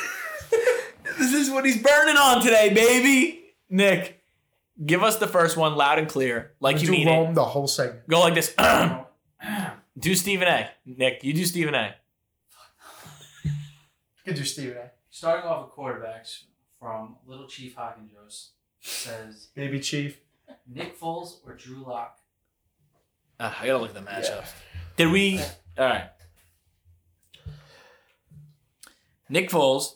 S1: this is what he's burning on today, baby. Nick, give us the first one loud and clear, like
S3: Let's
S1: you
S3: do
S1: mean
S3: Rome the whole segment.
S1: it. Go like this. do Stephen A. Nick, you do Stephen A.
S3: You can do Steven A.
S6: Starting off with quarterbacks from Little Chief Hockenjoes says
S3: Baby Chief.
S6: Nick Foles or Drew Lock.
S1: Uh, I gotta look at the matchups. Did we? All right. Nick Foles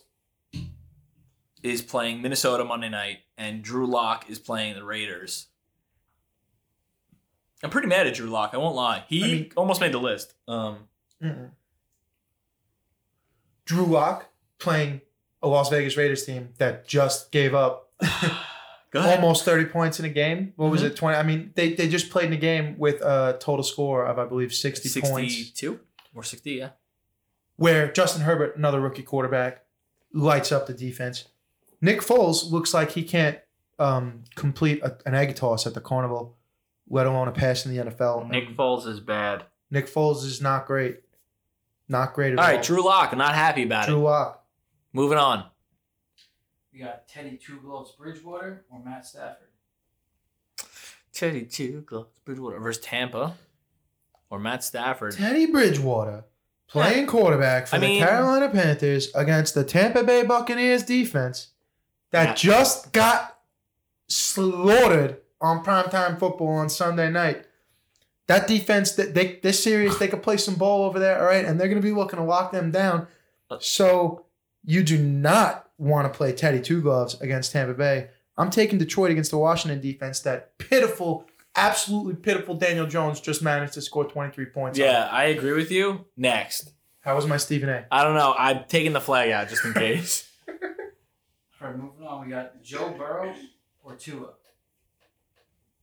S1: is playing Minnesota Monday night, and Drew Lock is playing the Raiders. I'm pretty mad at Drew Lock. I won't lie. He
S3: I mean-
S1: almost made the list. Um,
S3: Mm-mm. Drew Lock playing a Las Vegas Raiders team that just gave up
S1: go ahead.
S3: almost 30 points in a game. What was
S1: Mhm.
S3: it? 20. I mean, they, they just played in a game with a total score of, I believe, 60, points,
S1: 62 or 60, yeah.
S3: where Justin Herbert, another rookie quarterback, lights up the defense. Nick Foles looks like he can't um, complete a, an egg toss at the carnival, let alone a pass in the NFL.
S7: Nick Foles is bad.
S3: Nick Foles is not great. Not great at
S1: All
S3: all.
S1: right, Drew Lock. Not happy about
S3: Drew
S1: it.
S3: Lock.
S1: Moving on.
S6: We got Teddy Two Gloves Bridgewater or Matt Stafford.
S1: Teddy two gloves Bridgewater versus Tampa or Matt Stafford.
S3: Teddy Bridgewater playing quarterback for
S1: I
S3: the
S1: mean-
S3: Carolina Panthers against the Tampa Bay Buccaneers defense that
S1: Yeah.
S3: just got slaughtered on primetime football on Sunday night. That defense, that they they're serious. They could play some ball over there, all right, and they're going to be looking to lock them down.
S1: Uh,
S3: So you do not want to play Teddy Two Gloves against Tampa Bay. I'm taking Detroit against the Washington defense that pitiful, absolutely pitiful Daniel Jones just managed to score 23 points. on.
S1: Yeah, I agree with you. Next.
S3: How was my Stephen A?
S1: I don't know. I'm taking the flag out just in case.
S6: All right, moving on. We got Joe Burrow or Tua.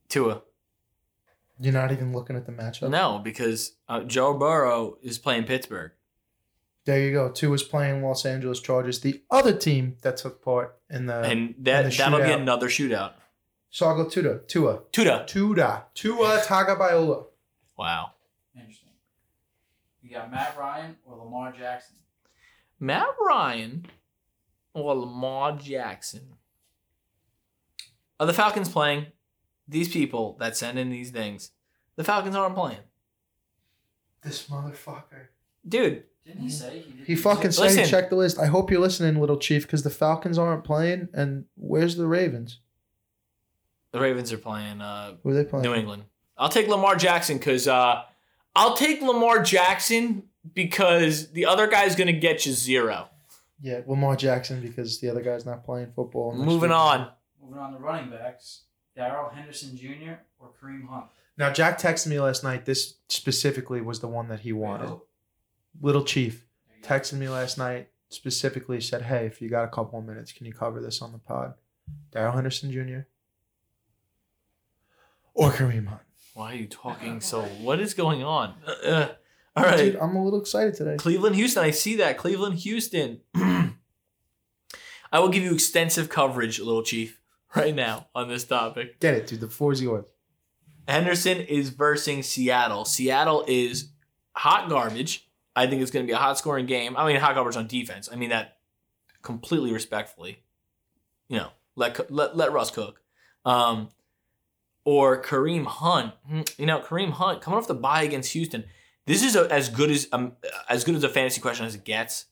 S1: Tua.
S3: You're not even looking at the matchup.
S1: No, because uh, Joe Burrow is playing Pittsburgh.
S3: There you go. Two is playing Los Angeles Chargers, the other team that took part Uh, in the.
S1: and that,
S3: and the
S1: that'll be
S3: shootout.
S1: another shootout.
S3: so I'll go Tua. Tua.
S1: Tuda.
S3: Tua. Tua Tagabayola.
S1: Wow.
S6: Interesting. We got Matt Ryan or Lamar Jackson.
S1: Matt Ryan or Lamar Jackson. Are the Falcons playing? These people that send in these things, the Falcons aren't playing.
S3: This motherfucker.
S1: Dude,
S6: Didn't he say he? Didn't
S3: Mm-hmm. He fucking said
S1: Listen.
S3: he checked the list. I hope you're listening, little chief, because the Falcons aren't playing. And where's the Ravens?
S1: the Ravens are playing uh,
S3: Who are they playing?
S1: New England. I'll take Lamar Jackson because uh, I'll take Lamar Jackson because the other guy's gonna get you zero.
S3: Yeah, Lamar Jackson because the other guy's not playing football. next
S1: Moving
S3: week.
S1: on.
S6: Moving on to running backs, Darrell Henderson Jr. or Kareem Hunt.
S3: Now, Jack texted me last night. This specifically was the one that he wanted. Little Chief.
S6: There you go.
S3: texted me last night specifically said, "Hey, if you got a couple of minutes, can you cover this on the pod?" Daryl Henderson Jr. or Kareem Hunt.
S1: Why are you talking so? What is going on? Uh, uh, all right.
S3: Dude, I'm a little excited today.
S1: Cleveland, Houston. I see that. Cleveland, Houston. I will give you extensive coverage, little chief, right now on this topic.
S3: Get it, dude. The floor's yours.
S1: Henderson is versing Seattle. Seattle is hot garbage. I think it's going to be a hot scoring game. I mean, hot garbage on defense. I mean that completely respectfully. You know, let co- let let Russ cook. Um, or Kareem Hunt. Hmm, You know, Kareem Hunt coming off the bye against Houston. This is a, as good as um, as good as a fantasy question as it gets.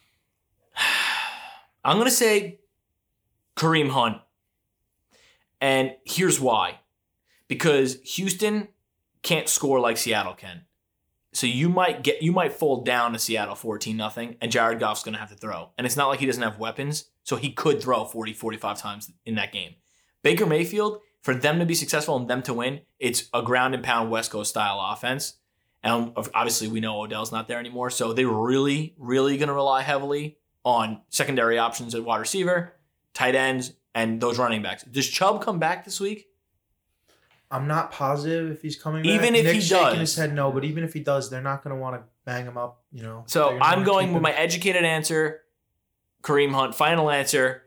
S1: I'm going to say Kareem Hunt. And here's why. Because Houston can't score like Seattle can. So you might get you might fold down to Seattle 14 nothing and Jared Goff's going to have to throw. And it's not like he doesn't have weapons, so he could throw 40 45 times in that game. Baker Mayfield for them to be successful and them to win, it's a ground and pound West Coast style offense. And of- obviously, we know Odell's not there anymore. So they're really, really going to rely heavily on secondary options at wide receiver, tight ends, and those running backs. Does Chubb come back this week?
S3: I'm not positive if he's coming.
S1: Even
S3: back.
S1: if he
S3: Nick's shaking
S1: does.
S3: his head no. But even if he does, they're not going to want to bang him up. You know.
S1: So
S3: They're gonna
S1: I'm
S3: wanna
S1: going
S3: keep
S1: with
S3: him.
S1: my educated answer, Kareem Hunt. Final answer.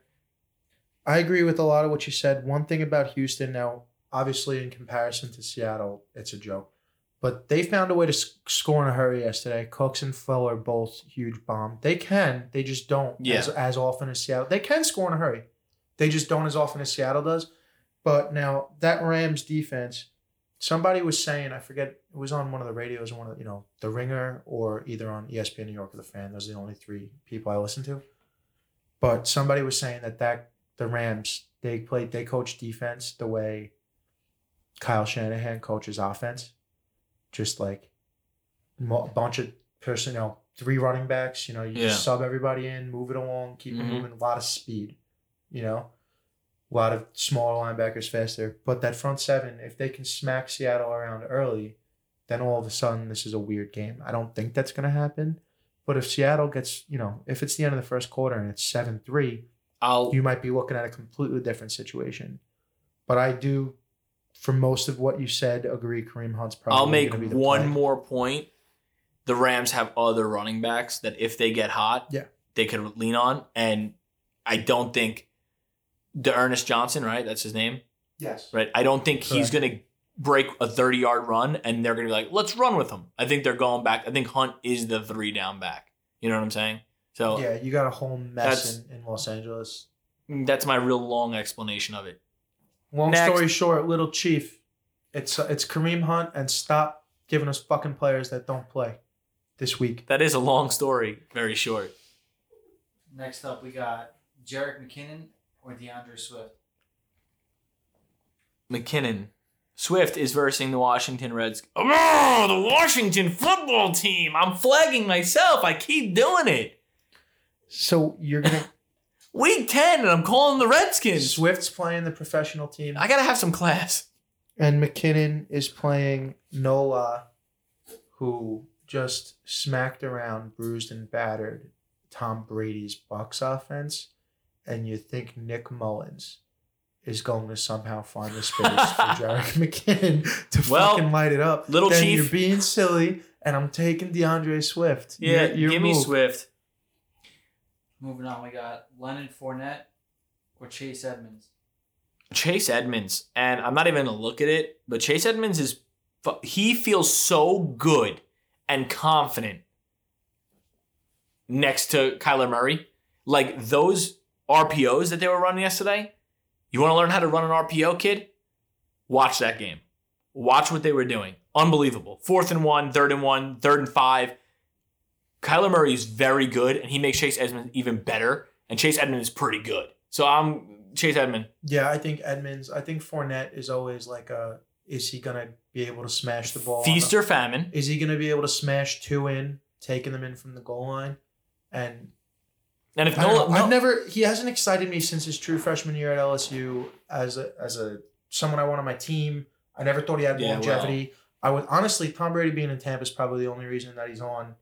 S3: I agree with a lot of what you said. One thing about Houston now, obviously in comparison to Seattle, it's a joke. But they found a way to s- score in a hurry yesterday. Cooks and Fuller both huge bomb. They can, they just don't
S1: Yeah.
S3: as, as often as Seattle. They can score in a hurry. They just don't as often as Seattle does. But now that Rams defense, somebody was saying, I forget, it was on one of the radios, one of the, you know, the Ringer or either on E ESPN New York or the Fan. Those are the only three people I listen to. But somebody was saying that that the Rams they played they coach defense the way Kyle Shanahan coaches offense, just like a bunch of personnel, three running backs. You know, you
S1: Yeah.
S3: just sub everybody in, move it along, keep
S1: Mhm.
S3: it moving. A lot of speed, you know, a lot of smaller linebackers faster. But that front seven, if they can smack Seattle around early, then all of a sudden this is a weird game. I don't think that's going to happen. But if Seattle gets, you know, if it's the end of the first quarter and it's 7 3,
S1: I'll
S3: you might be looking at a completely different situation. But I do, for most of what you said, agree. Kareem Hunt's probably.
S1: I'll make
S3: gonna be the
S1: one
S3: play.
S1: more point. The Rams have other running backs that if they get hot,
S3: Yeah.
S1: they could lean on. And I don't think the Ernest Johnson, right? That's his name,
S3: Yes.
S1: right? I don't think he's
S3: Correct.
S1: going to break a 30 yard run and they're going to be like, let's run with him. I think they're going back. I think Hunt is the three down back. You know what I'm saying? So
S3: Yeah, you got a whole mess
S1: That's-
S3: in, in Los Angeles.
S1: that's my real long explanation of it.
S3: Long
S1: Next.
S3: story short, little chief, it's uh, it's Kareem Hunt and stop giving us fucking players that don't play this week.
S1: That is a long story, very short.
S6: Next up, we got Jarek McKinnon or DeAndre Swift.
S1: McKinnon. Swift is versing the Washington Redskins. Oh, the Washington football team. I'm flagging myself. I keep doing it.
S3: So you're gonna
S1: Week 10, and I'm calling the Redskins.
S3: Swift's playing the professional team,
S1: I got to have some class.
S3: and McKinnon is playing Nola, who just smacked around, bruised and battered Tom Brady's Bucks offense, and you think Nick Mullins is going to somehow find the space for Jarek McKinnon to
S1: Well,
S3: fucking light it up.
S1: Little
S3: then
S1: Chief.
S3: you're being silly, and I'm taking DeAndre Swift.
S1: Yeah,
S3: Your- your
S1: give me
S3: move.
S1: Swift.
S6: Moving on, we got Leonard Fournette or Chase Edmonds.
S1: Chase Edmonds, and I'm not even going to look at it, but Chase Edmonds is, fu- he feels so good and confident next to Kyler Murray. Like those RPOs that they were running yesterday, you want to learn how to run an RPO, kid? Watch that game. Watch what they were doing. Unbelievable. Fourth and one, third and one, third and five. Kyler Murray is very good, and he makes Chase Edmonds even better. And Chase Edmonds is pretty good. So I'm Chase Edmonds.
S3: Yeah, I think Edmonds. I think Fournette is always like a. Is he gonna be able to smash the ball? on the-
S1: Feast or famine.
S3: Is he going to be able to smash two in, taking them in from the goal line? And
S1: And if
S3: I don't
S1: Nola,
S3: know.
S1: no,
S3: I've never he hasn't excited me since his true freshman year at LSU as a, as a someone I want on my team. I never thought he had
S1: Yeah, well.
S3: longevity. I would honestly Tom Brady being in Tampa is probably the only reason that he's on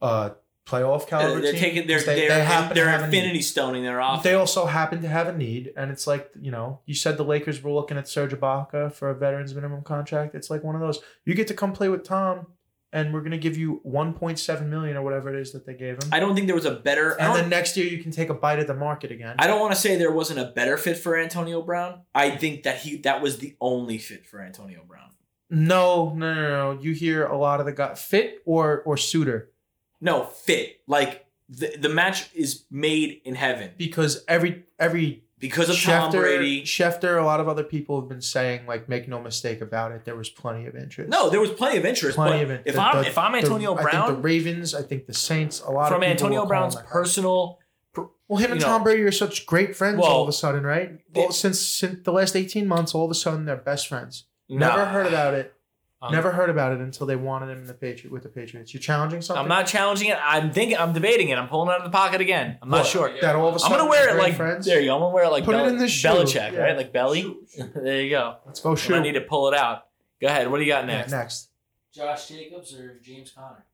S3: uh playoff caliber
S1: they're
S3: team.
S1: taking their
S3: is they-
S1: their
S3: they happen to
S1: their
S3: have a need.
S1: infinity stoning their
S3: But
S1: off.
S3: They also happen to have a need, and it's like you know, you said the Lakers were looking at Serge Ibaka for a veterans minimum contract. It's like one of those. You get to come play with Tom, and we're gonna give you one point seven million or whatever it is that they gave him.
S1: I don't think there was a better. I
S3: and
S1: don't,
S3: then next year you can take a bite at the market again.
S1: I don't want to say there wasn't a better fit for Antonio Brown. I think that he that was the only fit for Antonio Brown.
S3: no, no, no, no. You hear a lot of the guy fit or or suitor
S1: No fit. Like the the match is made in heaven
S3: because every every
S1: because of Tom Brady.
S3: Schefter, a lot of other people have been saying like, make no mistake about it, there was plenty of interest.
S1: No, there was plenty of interest. but
S3: plenty of it.
S1: if
S3: The-
S1: I'm
S3: the-
S1: if I'm
S3: the-
S1: Antonio
S3: I think
S1: Brown
S3: the Ravens, I think the Saints, a lot of
S1: from
S3: people
S1: Antonio
S3: were calling
S1: Brown's
S3: that guy.
S1: personal,
S3: Well, him and
S1: you know-
S3: Tom Brady are such great friends
S1: Well,
S3: all of a sudden, right? Well,
S1: they-
S3: since since the last eighteen months, all of a sudden they're best friends. Never
S1: Nah.
S3: heard about it.
S1: Um,
S3: Never heard about it until they wanted him in the Patriot with the Patriots. You're challenging something.
S1: I'm not challenging it. I'm thinking. I'm debating it. I'm pulling it out of the pocket again. I'm not
S3: What?
S1: sure.
S3: that all of a
S1: I'm
S3: sudden.
S1: gonna wear
S3: they're
S1: it
S3: great
S1: like
S3: friends.
S1: there you go. I'm gonna wear it like
S3: Put it
S1: Bel-
S3: in the shoe.
S1: Belichick,
S3: Yeah.
S1: right? Like belly. there you go.
S3: Let's go
S1: Shoot. I
S3: shoot.
S1: need to pull it out. Go ahead. What do you got
S3: Yeah,
S1: next?
S3: next.
S6: Josh Jacobs or James Conner?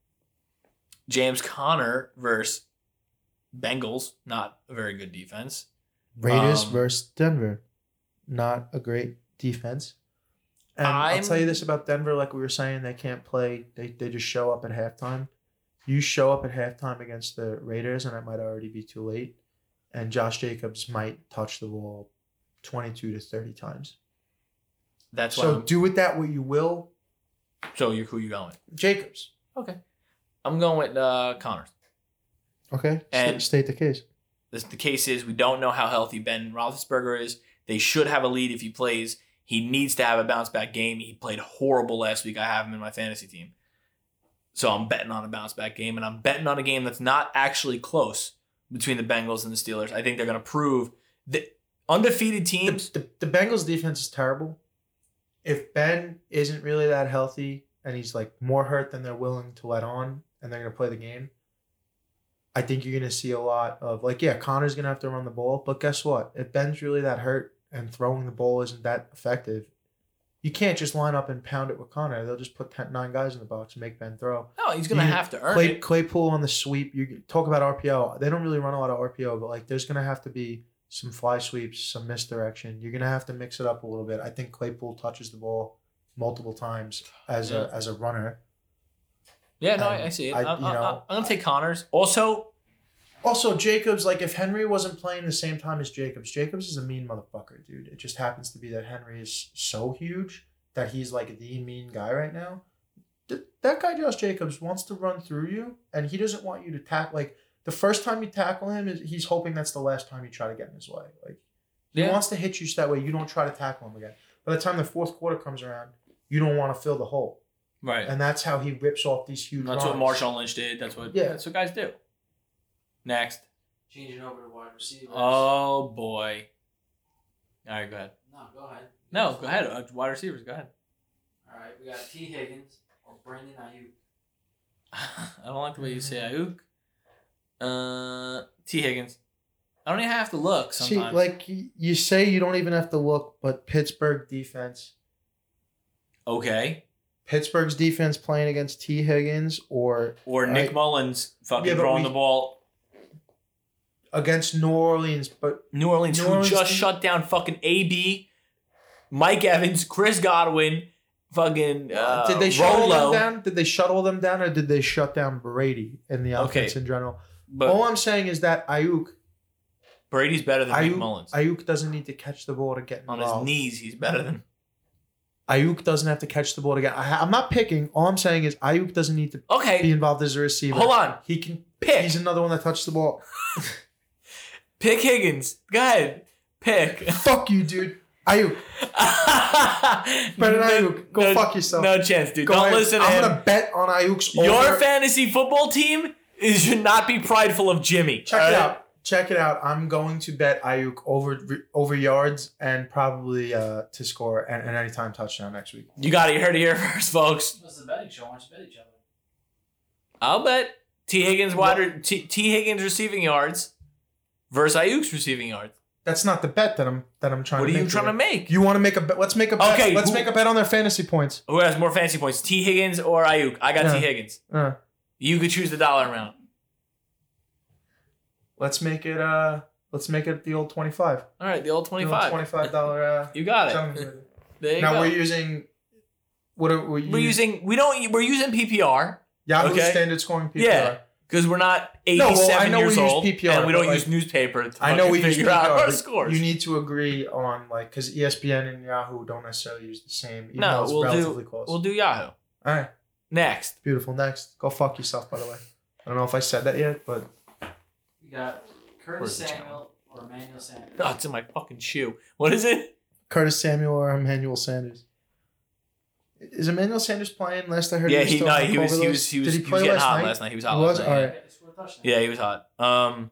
S1: James Conner versus Bengals, not a very good defense.
S3: Raiders
S1: Um,
S3: versus Denver. Not a great defense. And i will
S1: I'm-
S3: tell you this about Denver, like we were saying, they can't play. They, they just show up at halftime. You show up at halftime against the Raiders, and it might already be too late. And Josh Jacobs might touch the ball 22 to 30 times.
S1: That's why.
S3: so
S1: I'm-
S3: do with that what you will.
S1: so you're who you going? with?
S3: Jacobs.
S1: I'm going with uh, Connor.
S3: Okay.
S1: And-
S3: Sta- state the case.
S1: This, the case is we don't know how healthy Ben Roethlisberger is. They should have a lead if he plays. He needs to have a bounce back game. He played horrible last week. I have him in my fantasy team. So I'm betting on a bounce back game, and I'm betting on a game that's not actually close between the Bengals and the Steelers. I think they're going to prove that undefeated teams.
S3: The, the, the Bengals defense is terrible. If Ben isn't really that healthy and he's like more hurt than they're willing to let on and they're going to play the game, I think you're going to see a lot of like, yeah, Connor's going to have to run the ball. But guess what? If Ben's really that hurt and throwing the ball isn't that effective, you can't just line up and pound it with Connor. They'll just put 10, nine guys in the box and make Ben throw.
S1: No, oh, he's going to
S3: You-
S1: have to earn
S3: Clay,
S1: it.
S3: Claypool on the sweep. You talk about RPO. They don't really run a lot of RPO, but like there's gonna have to be some fly sweeps, some misdirection. You're gonna have to mix it up a little bit. I think Claypool touches the ball multiple times as a as a runner.
S1: Yeah, no,
S3: And
S1: I, I see it.
S3: I-
S1: I, am
S3: you know,
S1: going to take Connors. Also,
S3: Also, Jacobs, like if Henry wasn't playing the same time as Jacobs, Jacobs is a mean motherfucker, dude. It just happens to be that Henry is so huge that he's like the mean guy right now. Th- that guy Josh Jacobs wants to run through you, and he doesn't want you to tack. Like the first time you tackle him, is he's hoping that's the last time you try to get in his way. Like he
S1: Yeah.
S3: wants to hit you so that way you don't try to tackle him again. By the time the fourth quarter comes around, you don't want to fill the hole,
S1: right.
S3: and that's how he rips off these huge.
S1: That's what
S3: runs.
S1: Marshawn Lynch did. That's what.
S3: Yeah.
S1: That's what guys do. Next.
S6: Changing over to wide receivers.
S1: Oh boy. All right, go ahead.
S6: no, go ahead.
S1: No, go ahead. Uh, wide receivers, go ahead.
S6: All right, we got T. Higgins or Brandon Ayuk.
S1: I don't like the way you say Ayuk. Uh, T Higgins. I don't even have to look
S3: See,
S1: sometimes.
S3: like y- you say, you don't even have to look, but Pittsburgh defense,
S1: okay.
S3: Pittsburgh's defense playing against T. Higgins or
S1: Or Nick
S3: Right.
S1: Mullins fucking
S3: Yeah, but
S1: throwing
S3: we-
S1: the ball.
S3: against New Orleans, but
S1: New Orleans,
S3: New
S1: who
S3: Orleans
S1: just
S3: team-
S1: shut down fucking AB, Mike Evans, Chris Godwin, fucking uh,
S3: did they shut all
S1: Rolo.
S3: them down? Did they shut all them down, or did they shut down Brady in the
S1: Okay.
S3: offense in general?
S1: But
S3: all I'm saying is that Ayuk,
S1: Brady's better than Nick
S3: Ayuk,
S1: Mullins.
S3: Ayuk doesn't need to catch the ball to get
S1: On his
S3: involved.
S1: knees, he's better than.
S3: Ayuk doesn't have to catch the ball to get. I, I'm not picking. All I'm saying is Ayuk doesn't need to be
S1: Okay,
S3: involved as a receiver.
S1: hold on.
S3: He can.
S1: Pick.
S3: He's another one that touched the ball.
S1: Pick Higgins. Go ahead. Pick.
S3: Fuck you, dude. Ayuk.
S1: Better
S3: Brandon Ayuk, go
S1: no,
S3: fuck yourself.
S1: No chance, dude.
S3: Go
S1: Don't
S3: ahead.
S1: listen to
S3: I'm
S1: him.
S3: gonna bet on Ayuk's.
S1: Your
S3: over-
S1: fantasy football team is should not be prideful of Jimmy.
S3: Check
S1: all
S3: it
S1: right?
S3: out. Uh, Check it out. I'm going to bet Ayuk over over yards and probably uh, to score an, an anytime touchdown next week.
S1: You got it. You heard it here first, folks.
S6: What's the betting show? Why don't you bet each other?
S1: I'll bet T. Higgins wider T, T. Higgins receiving yards versus Ayuk's receiving yards.
S3: That's not the bet that I'm that I'm trying.
S1: What are
S3: to
S1: you
S3: make
S1: trying to
S3: here.
S1: make?
S3: You want to make a bet? Let's make a bet.
S1: Okay,
S3: Let's
S1: who-
S3: make a bet on their fantasy points.
S1: Who has more fantasy points, T. Higgins or Ayuk? I got
S3: Yeah.
S1: T. Higgins.
S3: Uh,
S1: You could choose the dollar amount.
S3: let's make it. Uh, let's make it the old twenty five.
S1: All right, the old twenty-five.
S3: Twenty five dollar. Uh,
S1: You got
S3: challenge.
S1: it. There you
S3: now
S1: go.
S3: we're using. What are we
S1: we're using. We don't. We're using PPR.
S3: Yahoo
S1: okay.
S3: standard scoring PPR.
S1: Yeah. because we're not
S3: No,
S1: 87
S3: well, I know
S1: years
S3: we use
S1: old
S3: PPR,
S1: and we don't
S3: but,
S1: use
S3: like,
S1: newspaper to
S3: I know
S1: fucking
S3: we use
S1: figure out
S3: PPR,
S1: our
S3: but
S1: scores.
S3: You need to agree on like E because ESPN and Yahoo don't necessarily use the same. Even
S1: No,
S3: though it's
S1: we'll do-
S3: relatively close.
S1: we'll do Yahoo.
S3: All right,
S1: Next.
S3: beautiful. Next, go fuck yourself. By the way, I don't know if I said that yet, but
S6: We got
S1: Where's
S6: Curtis
S1: the
S6: Samuel or Emmanuel Sanders.
S1: Oh, it's in my fucking shoe. What is it?
S3: Curtis Samuel or Emmanuel Sanders. Is Emmanuel Sanders playing? Last I heard,
S1: yeah,
S3: was
S1: he,
S3: still
S1: no,
S3: on
S1: he was he
S3: Kovalos.
S1: was he was,
S3: Did he
S1: he
S3: play
S1: was getting
S3: last
S1: hot
S3: night?
S1: last night. He was
S3: He
S1: hot
S3: was
S1: last night.
S3: all right.
S6: Yeah, they scored a touchdown.
S1: Yeah, he was hot. Um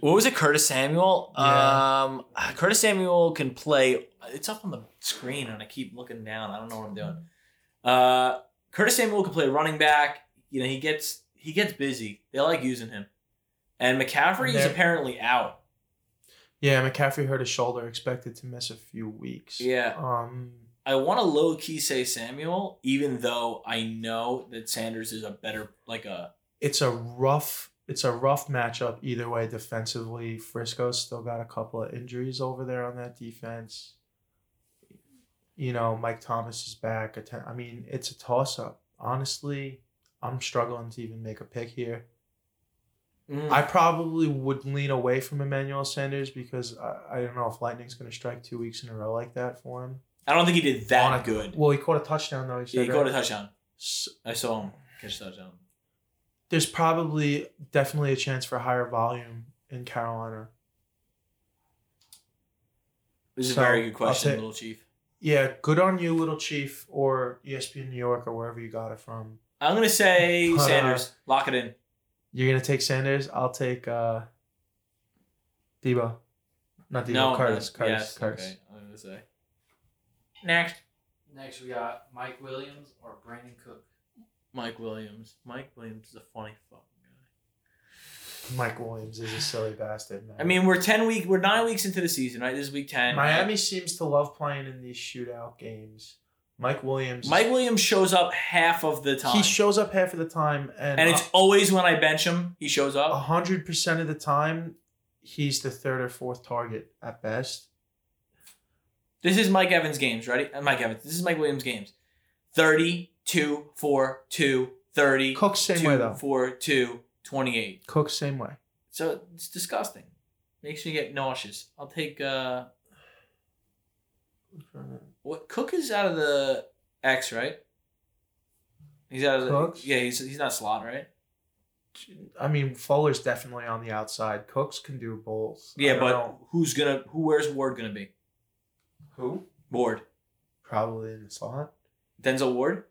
S1: what was it, Curtis Samuel?
S3: Yeah.
S1: Um Curtis Samuel can play it's up on the screen and I keep looking down. I don't know what I'm doing. Uh Curtis Samuel can play running back. You know, he gets he gets busy. They like using him. And McCaffrey is
S3: They're-
S1: apparently out.
S3: Yeah, McCaffrey hurt his shoulder, expected to miss a few weeks.
S1: Yeah.
S3: Um,
S1: I want to low key say Samuel, even though I know that Sanders is a better like a
S3: It's a rough. It's a rough matchup either way. Defensively, Frisco's still got a couple of injuries over there on that defense. You know, Mike Thomas is back. Atten- I mean, it's a toss up. Honestly, I'm struggling to even make a pick here. I probably would lean away from Emmanuel Sanders because I, I don't know if Lightning's going to strike two weeks in a row like that for him.
S1: I don't think he did
S3: On a-
S1: that good.
S3: Well, he caught a touchdown though. He,
S1: Yeah,
S3: said,
S1: he caught a
S3: right?
S1: touchdown.
S3: S-
S1: I saw him catch a touchdown.
S3: There's probably definitely a chance for higher volume in Carolina.
S1: This is
S3: So,
S1: a very good
S3: I'll
S1: question,
S3: take-
S1: little chief.
S3: Yeah, good on you, little chief, or E ESPN New York, or wherever you got it from.
S1: I'm gonna say
S3: But, uh,
S1: Sanders. Lock it in.
S3: You're gonna take Sanders. I'll take uh Debo. Not Debo.
S1: No, no,
S3: Curtis. Curtis.
S1: yes,
S3: Curtis.
S1: Okay, I'm gonna say next.
S6: Next, we got Mike Williams or Brandon Cook.
S1: Mike Williams. Mike Williams is a funny fucking guy.
S3: Mike Williams is a silly bastard, man.
S1: I mean, we're ten week, we're nine weeks into the season, right? This is week ten.
S3: Miami seems to love playing in these shootout games. Mike Williams.
S1: Mike Williams shows up half of the time,
S3: He shows up half of the time, and,
S1: and it's always when I bench him, he shows
S3: a
S1: up.
S3: hundred percent of the time, he's the third or fourth target at best.
S1: This is Mike Evans games, ready? Uh, Mike Evans. This is Mike Williams games. 30, 2, 4, 2, 30,
S3: Cook same way
S1: 2,
S3: though.
S1: 4, 2, 28.
S3: Cook same way.
S1: So it's disgusting. Makes me get nauseous. I'll take uh what Cook is out of the X, right? He's out of the
S3: Cooks?
S1: Yeah, he's he's not slot, right?
S3: I mean, Fuller's definitely on the outside. Cooks can do both. I
S1: Yeah,
S3: don't
S1: but
S3: know.
S1: who's gonna who where's Ward gonna be?
S3: who?
S1: Ward.
S3: Probably in the slot.
S1: Denzel Ward?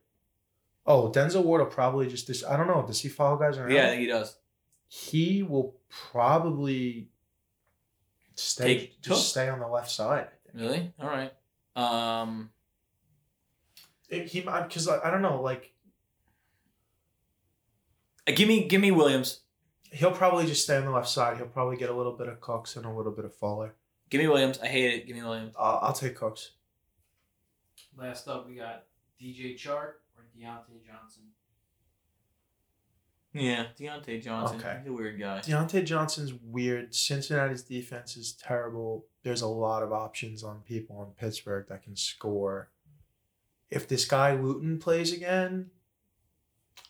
S3: Oh, Denzel Ward will probably just. Dis- I don't know. Does he follow guys around?
S1: Yeah, I think he does.
S3: He will probably stay
S1: Take Cook.
S3: just stay on the left side.
S1: Really? All right. Um
S3: It, he because I, I don't know like
S1: uh, give me give me Williams.
S3: he'll probably just stay on the left side. He'll probably get a little bit of Cooks and a little bit of Fuller.
S1: Give me Williams. I hate it. Give me Williams.
S3: I'll, I'll take Cooks.
S6: Last up, we got DJ Chark or Deontay Johnson.
S1: Yeah, Deontay Johnson.
S3: Okay.
S1: He's a weird guy.
S3: Deontay Johnson's weird. Cincinnati's defense is terrible. There's a lot of options on people in Pittsburgh that can score. If this guy Luton plays again,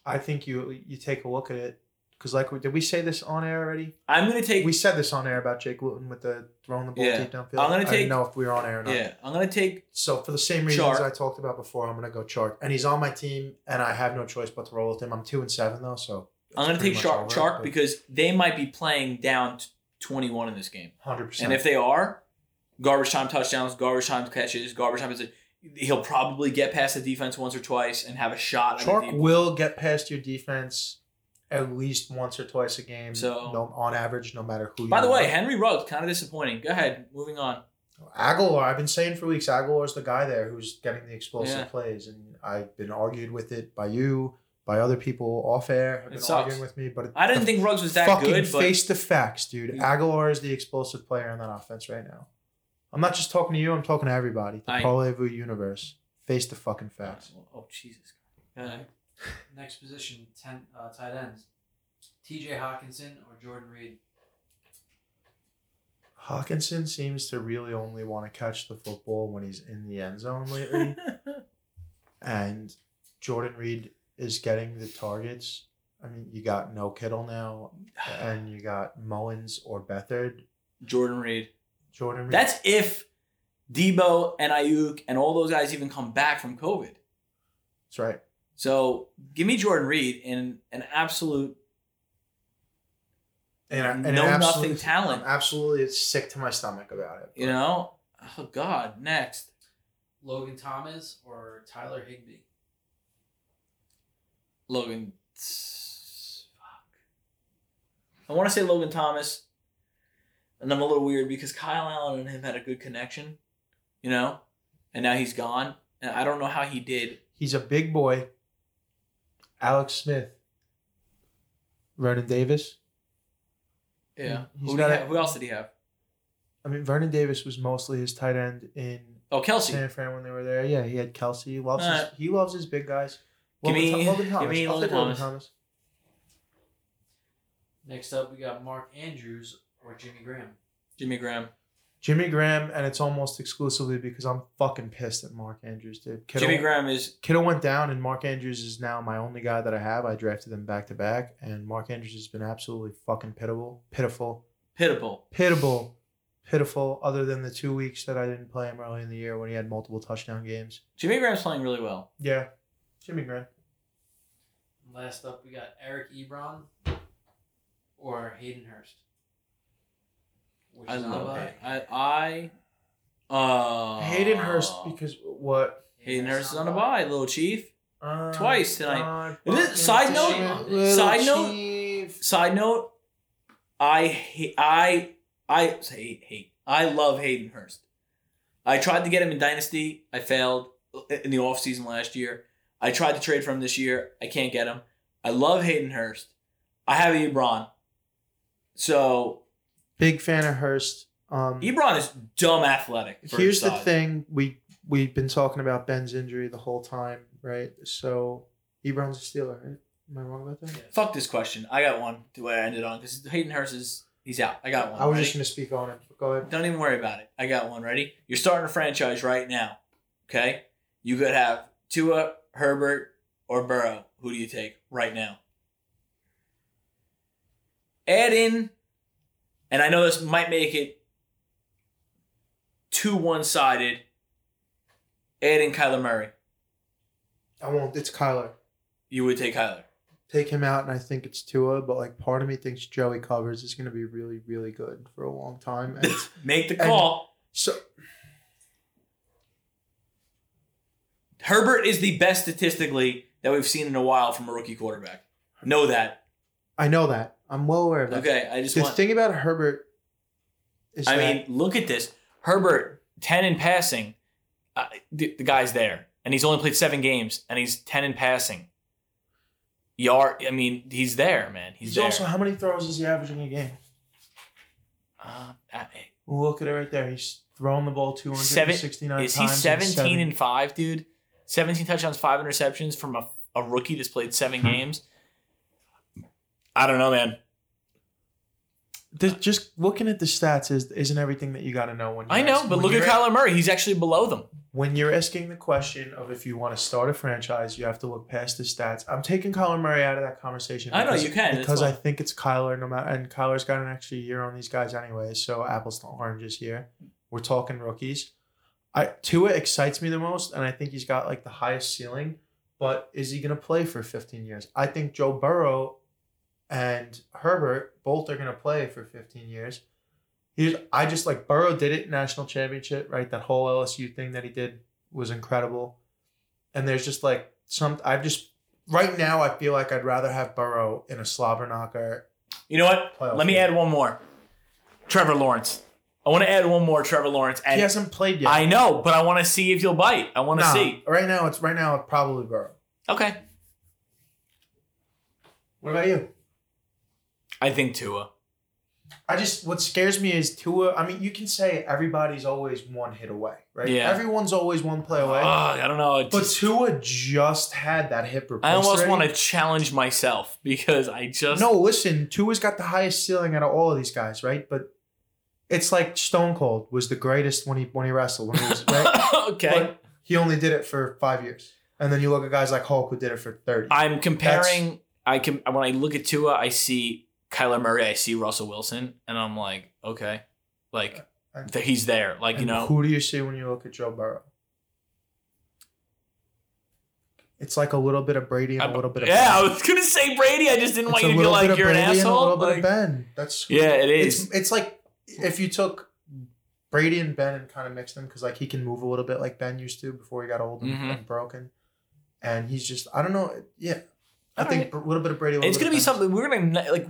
S3: I think you you take a look at it because like we- did we say this on air already?
S1: I'm gonna take
S3: We said this on air about Jake Luton with the throwing the ball
S1: Yeah.
S3: deep downfield.
S1: I'm gonna
S3: I didn't
S1: take-
S3: know if we were on air or not.
S1: Yeah, I'm gonna take
S3: So for the same reasons
S1: Chark.
S3: I talked about before, I'm gonna go Chark, and he's on my team, and I have no choice but to roll with him. I'm two and seven though, so
S1: I'm gonna take Shark Shark because they might be playing down t- 21 in this game,
S3: hundred
S1: and
S3: percent.
S1: if they are, garbage time touchdowns, garbage time catches, garbage time is. He'll probably get past the defense once or twice and have a shot. at the
S3: Chark
S1: deep-
S3: will get past your defense at least once or twice a game.
S1: So-
S3: no, on average, no matter who.
S1: By
S3: you
S1: the way,
S3: are.
S1: Henry Ruggs kind of disappointing. Go ahead, moving on.
S3: Aguilar, I've been saying for weeks, Aguilar's the guy there who's getting the explosive
S1: Yeah.
S3: plays, and I've been argued with it by you, by other people off air, have
S1: It
S3: been
S1: sucks.
S3: arguing with me, but
S1: I didn't
S3: the
S1: think Ruggs was that
S3: fucking
S1: good, but
S3: face the facts, dude. Aguilar is the explosive player in that offense right now. I'm not just talking to you; I'm talking to everybody. The
S1: I-
S3: Parlay Vu universe. Face the fucking facts.
S1: oh Jesus,
S6: Uh,
S1: uh,
S6: next position, ten, uh, tight ends. TJ Hawkinson or Jordan Reed.
S3: Hawkinson seems to really only want to catch the football when he's in the end zone lately. and Jordan Reed is getting the targets. I mean, you got no Kittle now, and you got Mullins or Bethard.
S1: Jordan Reed.
S3: Jordan Reed.
S1: That's if Debo and Ayuk and all those guys even come back from COVID.
S3: That's right.
S1: So give me Jordan Reed in an absolute
S3: And, I- and
S1: Know
S3: I'm
S1: nothing
S3: absolutely-
S1: talent.
S3: I'm absolutely sick to my stomach about it.
S1: You know? Oh God, next.
S6: Logan Thomas or Tyler Higbee.
S1: Logan fuck. I wanna say Logan Thomas. And I'm a little weird because Kyle Allen and him had a good connection, you know? And now he's gone. And I don't know how he did.
S3: He's a big boy. Alex Smith. Vernon Davis.
S1: Yeah.
S3: He's
S1: Who, did
S3: got
S1: he
S3: a-
S1: have- who else did he have?
S3: I mean, Vernon Davis was mostly his tight end in
S1: Oh, Kelsey.
S3: San Fran when they were there. Yeah, he had Kelsey. He loves
S1: Alright.
S3: his, he loves his big guys.
S1: Give
S3: Logan,
S1: me-
S3: Tho- Logan
S1: give
S3: Thomas.
S1: me
S3: I'll
S1: Logan
S3: take Logan
S1: Thomas.
S3: Thomas.
S6: Next up, we got Mark Andrews or Jimmy Graham.
S1: Jimmy Graham.
S3: Jimmy Graham, and it's almost exclusively because I'm fucking pissed at Mark Andrews, dude. Kittle,
S1: Jimmy Graham is
S3: Kittle went down, and Mark Andrews is now my only guy that I have. I drafted them back to back, and Mark Andrews has been absolutely fucking pitiable, pitiful,
S1: pitiable.
S3: pitiable, pitiful. Other than the two weeks that I didn't play him early in the year when he had multiple touchdown games.
S1: Jimmy Graham's playing really well.
S3: Yeah, Jimmy Graham.
S6: Last up, we got Eric Ebron or Hayden Hurst. Which
S1: I
S6: is not a
S1: love
S6: lot.
S1: it. I, I uh,
S3: Hayden Hurst because what?
S1: Hayden Hurst is on
S6: not
S1: a
S6: a lot.
S1: bye, little chief.
S3: Uh,
S1: Twice tonight.
S3: God,
S1: Is it-
S3: fucking
S1: side
S6: note-
S3: little
S1: side note-
S3: chief.
S1: Side note, I hate, I I say hate, hate. I love Hayden Hurst. I tried to get him in Dynasty. I failed uh, in the offseason last year. I tried to trade for him this year. I can't get him. I love Hayden Hurst. I have Ebron. So
S3: Big fan of Hurst. Um,
S1: Ebron is dumb athletic. for
S3: here's
S1: his
S3: the
S1: size.
S3: thing we we've been talking about Ben's injury the whole time, right? So Ebron's a Steeler, right? Am I wrong about that?
S6: Yes.
S1: Fuck this question. I got one to where I ended on because Hayden Hurst is he's out. I got one.
S3: I was
S1: Ready?
S3: just gonna speak on it. But go ahead.
S1: Don't even worry about it. I got one. Ready? You're starting a franchise right now. Okay? You could have Tua, Herbert, or Burrow. Who do you take right now? Add in, and I know this might make it too one sided. Add in Kyler Murray.
S3: I won't. It's Kyler.
S1: You would take Kyler.
S3: Take him out, and I think it's Tua. But like, part of me thinks Joey Covers is gonna be really, really good for a long time. And
S1: Make the
S3: And-
S1: call.
S3: so
S1: Herbert is the best statistically that we've seen in a while from a rookie quarterback. Know that.
S3: I know that. I'm well aware of that.
S1: Okay, I just
S3: The
S1: want.
S3: thing about Herbert is
S1: I
S3: that
S1: mean, look at this. Herbert, 10 in passing. Uh, the, the guy's there, and he's only played seven games, and he's 10 in passing. Yard, I mean, he's there, man. He's,
S3: he's
S1: there.
S3: also how many throws is he averaging a game?
S1: uh, I-
S3: Look at it right there. He's throwing the ball 269
S1: is he
S3: times. in
S1: 17
S3: seven-
S1: and 5, dude? 17 touchdowns, 5 interceptions from a, a rookie that's played seven
S3: Hmm.
S1: games? I don't know, man.
S3: This, just looking at the stats is isn't everything that you got to know when
S1: I
S3: you're
S1: know,
S3: asking-
S1: but
S3: when
S1: look at
S3: you're-
S1: Kyler Murray. He's actually below them.
S3: When you're asking the question of if you want to start a franchise, you have to look past the stats. I'm taking Kyler Murray out of that conversation.
S1: I know,
S3: because-
S1: you can, it's
S3: because I
S1: fine.
S3: think it's Kyler. No matter, and Kyler's got an extra year on these guys anyway, so apples to oranges here. We're talking rookies. I Tua excites me the most, and I think he's got like the highest ceiling. But is he going to play for 15 years? I think Joe Burrow and Herbert both are going to play for 15 years. Here's, I just like Burrow did it national championship, right? That whole LSU thing that he did was incredible. And there's just like some I've just right now I feel like I'd rather have Burrow in a slobber knocker.
S1: You know what?
S3: Playoff
S1: Let me
S3: game.
S1: add one more. Trevor Lawrence. I want to add one more Trevor Lawrence. And
S3: he hasn't played yet.
S1: I know, but I want to see if you'll bite. I want to
S3: Nah,
S1: see.
S3: Right now it's right now it's probably Burrow.
S1: Okay.
S3: What about you?
S1: I think Tua.
S3: I just what scares me is Tua. I mean, you can say everybody's always one hit away, right?
S1: Yeah.
S3: Everyone's always one play away.
S1: Ugh, I don't know. It
S3: but
S1: just-
S3: Tua just had that hip replacement.
S1: I almost want
S3: already.
S1: to challenge myself because I just
S3: No, listen, Tua's got the highest ceiling out of all of these guys, right? But it's like Stone Cold was the greatest when he when he wrestled. When he was, right?
S1: okay.
S3: But he only did it for five years. And then you look at guys like Hulk who did it for 30.
S1: I'm comparing. I can when I look at Tua, I see Kyler Murray, I see Russell Wilson, and I'm like, okay, like
S3: And-
S1: th- he's there. Like you
S3: And
S1: know,
S3: Who do you see when you look at Joe Burrow? It's like a little bit of Brady and
S1: I-
S3: a little bit of
S1: yeah, I
S3: Ben.
S1: was gonna say Brady. I just didn't
S3: It's
S1: want
S3: a
S1: you to
S3: little
S1: feel
S3: bit
S1: like
S3: of
S1: you're an
S3: Brady and
S1: asshole.
S3: A little bit
S1: like-
S3: of Ben. That's
S1: yeah, it is.
S3: It's, it's like if you took Brady and Ben and kind of mixed them because like he can move a little bit like Ben used to before he got old and,
S1: Mhm.
S3: and broken, and he's just I don't know yeah. I
S1: All
S3: think a little bit of Brady. a little
S1: it's
S3: bit
S1: gonna
S3: of
S1: be
S3: Ben.
S1: something we're gonna like.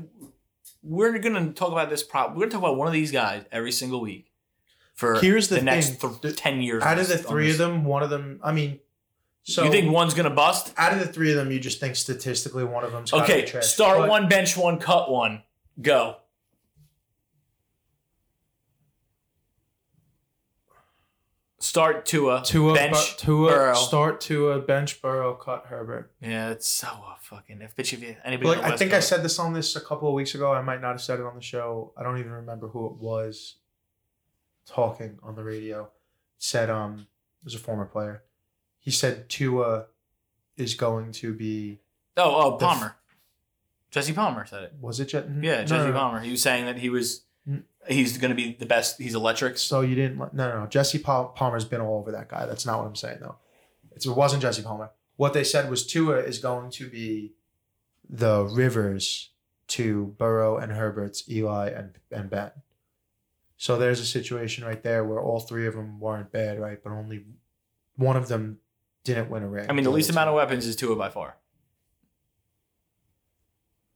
S1: We're gonna talk about this prop. We're gonna talk about one of these guys every single week for
S3: Here's the
S1: next
S3: thing.
S1: th- ten years.
S3: Out
S1: on
S3: of the
S1: this- on
S3: three of
S1: this.
S3: them, one of them. I mean, so
S1: you think one's gonna bust?
S3: out of the three of them, you just think statistically one of them's gotta be
S1: Okay,
S3: trash.
S1: start
S3: But
S1: one, bench one, cut one, go. Start Tua.
S3: Tua,
S1: bench
S3: bench, Tua,
S1: Burrow.
S3: start Tua, bench Burrow, cut Herbert.
S1: Yeah, it's so uh, fucking. If bitch, if you anybody.
S3: Like
S1: on the
S3: I
S1: West
S3: think I
S1: Coast-
S3: said this on this a couple of weeks ago. I might not have said it on the show. I don't even remember who it was talking on the radio. Said um it was a former player. He said Tua is going to be
S1: Oh, oh,
S3: the f-
S1: Palmer. Jesse Palmer said it.
S3: was it Jet?
S1: Yeah,
S3: no,
S1: Jesse
S3: no, no.
S1: Palmer. He was saying that he was.
S3: Mm.
S1: He's going to be the best. He's electric.
S3: So you didn't no no no. Jesse Pal- Palmer's been all over that guy. That's not what I'm saying though. It's, it wasn't Jesse Palmer. What they said was Tua is going to be the Rivers to Burrow and Herbert's Eli and and Ben. So there's a situation right there where all three of them weren't bad, right? But only one of them didn't win a ring.
S1: I mean, the least amount of weapons is Tua by far.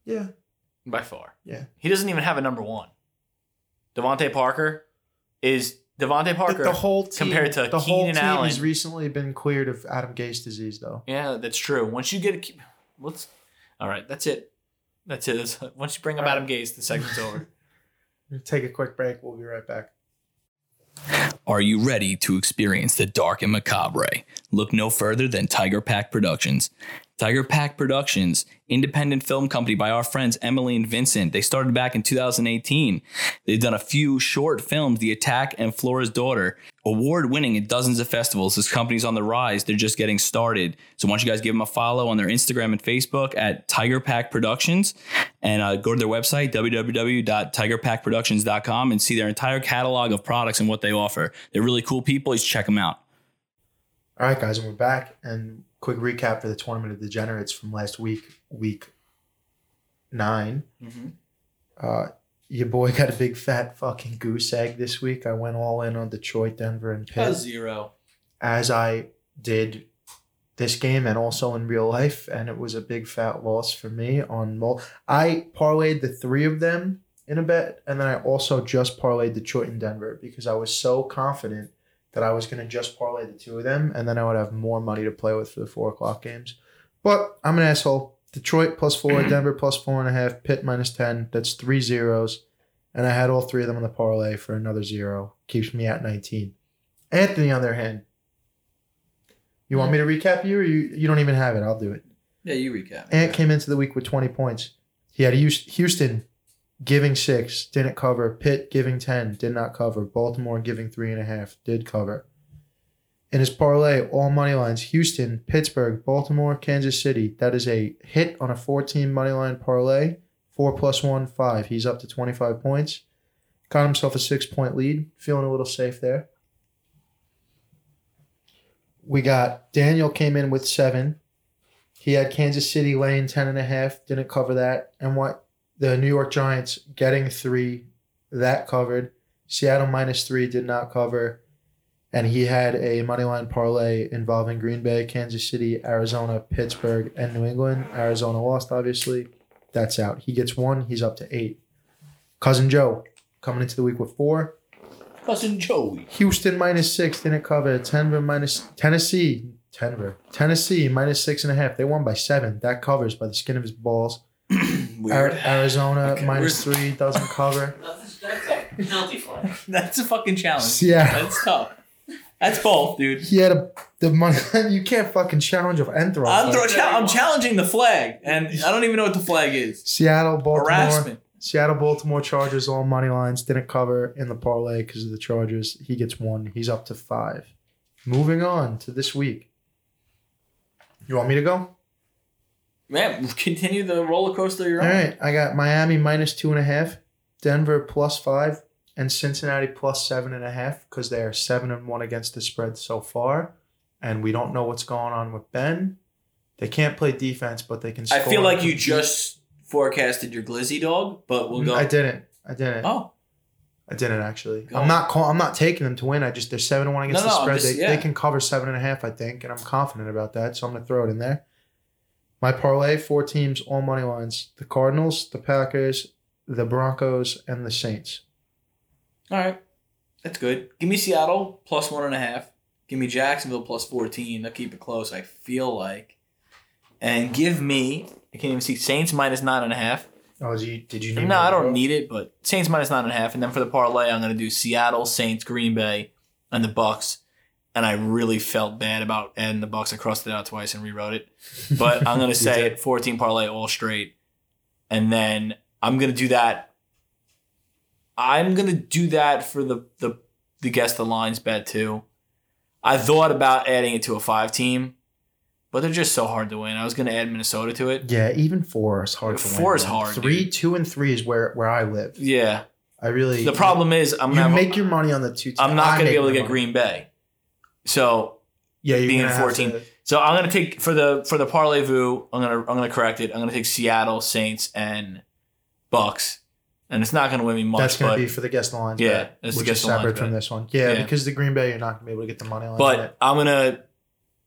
S3: yeah.
S1: By far.
S3: Yeah.
S1: He doesn't even have a number one. Devontae Parker is Devontae
S3: The,
S1: Parker.
S3: the whole team,
S1: compared to
S3: the whole
S1: Keenan
S3: team
S1: Allen.
S3: has recently been cleared of Adam Gase disease though.
S1: yeah, that's true. Once you get a, keep- let's. All right, that's it. That's it. That's- once you bring up
S3: All right.
S1: Adam Gase, the segment's over.
S3: We'll Take a quick break. We'll be right back.
S7: Are you ready to experience the dark and macabre? Look no further than Tiger Pack Productions. Tiger Pack Productions, independent film company by our friends Emily and Vincent. They started back in 2018. They've done a few short films, The Attack and Flora's Daughter. Award winning at dozens of festivals. This company's on the rise. They're just getting started. So why don't you guys give them a follow on their Instagram and Facebook at Tiger Pack Productions and uh, go to their website, www.tigerpackproductions.com, and see their entire catalog of products and what they offer. They're really cool people. You should check them out.
S3: All right, guys, and we're back. And quick recap for the tournament of degenerates from last week, week 9
S1: Mhm.
S3: Uh, your boy got a big fat fucking goose egg this week. I went all in on Detroit, Denver, and Pitt
S1: zero.
S3: as I did this game and also in real life, and it was a big fat loss for me on mul- I parlayed the three of them in a bet, and then I also just parlayed Detroit and Denver because I was so confident that I was going to just parlay the two of them, and then I would have more money to play with for the four o'clock games. But I'm an asshole. Detroit plus four, Denver plus four and a half, Pitt minus ten. That's three zeros, and I had all three of them on the parlay for another zero. Keeps me at nineteen. Anthony, on the other hand, you want me to recap you, or you you don't even have it? I'll do it.
S6: Yeah, you recap.
S3: Ant came into the week with 20 points. He had Hous- Houston giving six, didn't cover. Pitt giving 10, did not cover. Baltimore giving three and a half, did cover. In his parlay, all money lines Houston, Pittsburgh, Baltimore, Kansas City. That is a hit on a 14 money line parlay. Four plus one, five. He's up to 25 points. Got himself a six point lead. Feeling a little safe there. We got Daniel came in with seven. He had Kansas City laying 10 and a half, didn't cover that. And what the New York Giants getting three, that covered. Seattle minus three did not cover. And he had a money line parlay involving Green Bay, Kansas City, Arizona, Pittsburgh, and New England. Arizona lost, obviously. That's out. He gets one, he's up to eight. Cousin Joe coming into the week with four.
S1: Cousin Joey.
S3: Houston minus six didn't cover. Denver minus Tennessee. Denver. Tennessee minus six and a half. They won by seven. That covers by the skin of his balls. Ar- Arizona
S1: Okay,
S3: minus three doesn't cover.
S6: That's, that's a penalty flag.
S1: That's a fucking challenge.
S3: Yeah.
S1: That's tough. That's both, dude.
S3: He had a, the money. you can't fucking challenge him and throw.
S1: I'm,
S3: him.
S1: throw, I'm challenging the flag, and I don't even know what the flag is.
S3: Seattle, Baltimore.
S1: Harassment.
S3: Seattle, Baltimore, Chargers, all money lines didn't cover in the parlay because of the Chargers. He gets one. He's up to five. Moving on to this week. You want me to go?
S1: Man, continue the roller coaster you're
S3: All
S1: on.
S3: right, I got Miami minus two and a half, Denver plus five, and Cincinnati plus seven and a half because they are seven and one against the spread so far, and we don't know what's going on with Ben. They can't play defense, but they can.
S1: I
S3: Score
S1: feel like you just forecasted your glizzy dog, but we'll go.
S3: I didn't. I didn't.
S1: Oh,
S3: I didn't actually.
S1: Go.
S3: I'm not. Call, I'm not taking them to win. I just they're seven and one against
S1: No, no,
S3: the
S1: I'm
S3: spread.
S1: just-
S3: they,
S1: yeah.
S3: they can cover seven and a half, I think, and I'm confident about that. So I'm gonna throw it in there. My parlay: four teams, all money lines: the Cardinals, the Packers, the Broncos, and the Saints.
S1: all right. That's good. Give me Seattle plus one and a half. Give me Jacksonville plus 14. They'll keep it close, I feel like. And give me, I can't even see, Saints minus nine and a half.
S3: Oh, did you, did you need?
S1: No,
S3: me
S1: I
S3: to
S1: don't
S3: go?
S1: need it, but Saints minus nine and a half. And then for the parlay, I'm going to do Seattle, Saints, Green Bay, and the Bucks. and I really felt bad about adding the Bucks. I crossed it out twice and rewrote it, but I'm gonna say it 14 parlay all straight, and then I'm gonna do that. I'm gonna do that for the the the guess the lines bet too. I thought about adding it to a five team, but they're just so hard to win. I was gonna add Minnesota to it.
S3: Yeah, even four is hard to win.
S1: Four is hard,
S3: Three,
S1: dude.
S3: two, and three is where where I live.
S1: Yeah.
S3: I really
S1: The problem is I'm
S3: You
S1: gonna have a-
S3: make your money on the two.
S1: I'm
S3: I
S1: not going to
S3: make
S1: be able to
S3: my
S1: get
S3: money.
S1: Green Bay. So
S3: Yeah, you're
S1: being
S3: gonna have
S1: 14.
S3: to-
S1: so I'm going to take for the for the parlay vu. I'm going to I'm going to correct it. I'm going to take Seattle Saints and Bucks, and it's not going to win me much.
S3: that's going
S1: but
S3: to be for the guest lines.
S1: Yeah,
S3: bet,
S1: that's the
S3: which
S1: guest
S3: is
S1: lines
S3: separate from
S1: bet.
S3: this one. Yeah,
S1: Yeah.
S3: because the Green Bay, you're not going to be able to get the money line. on it.
S1: but I'm going to.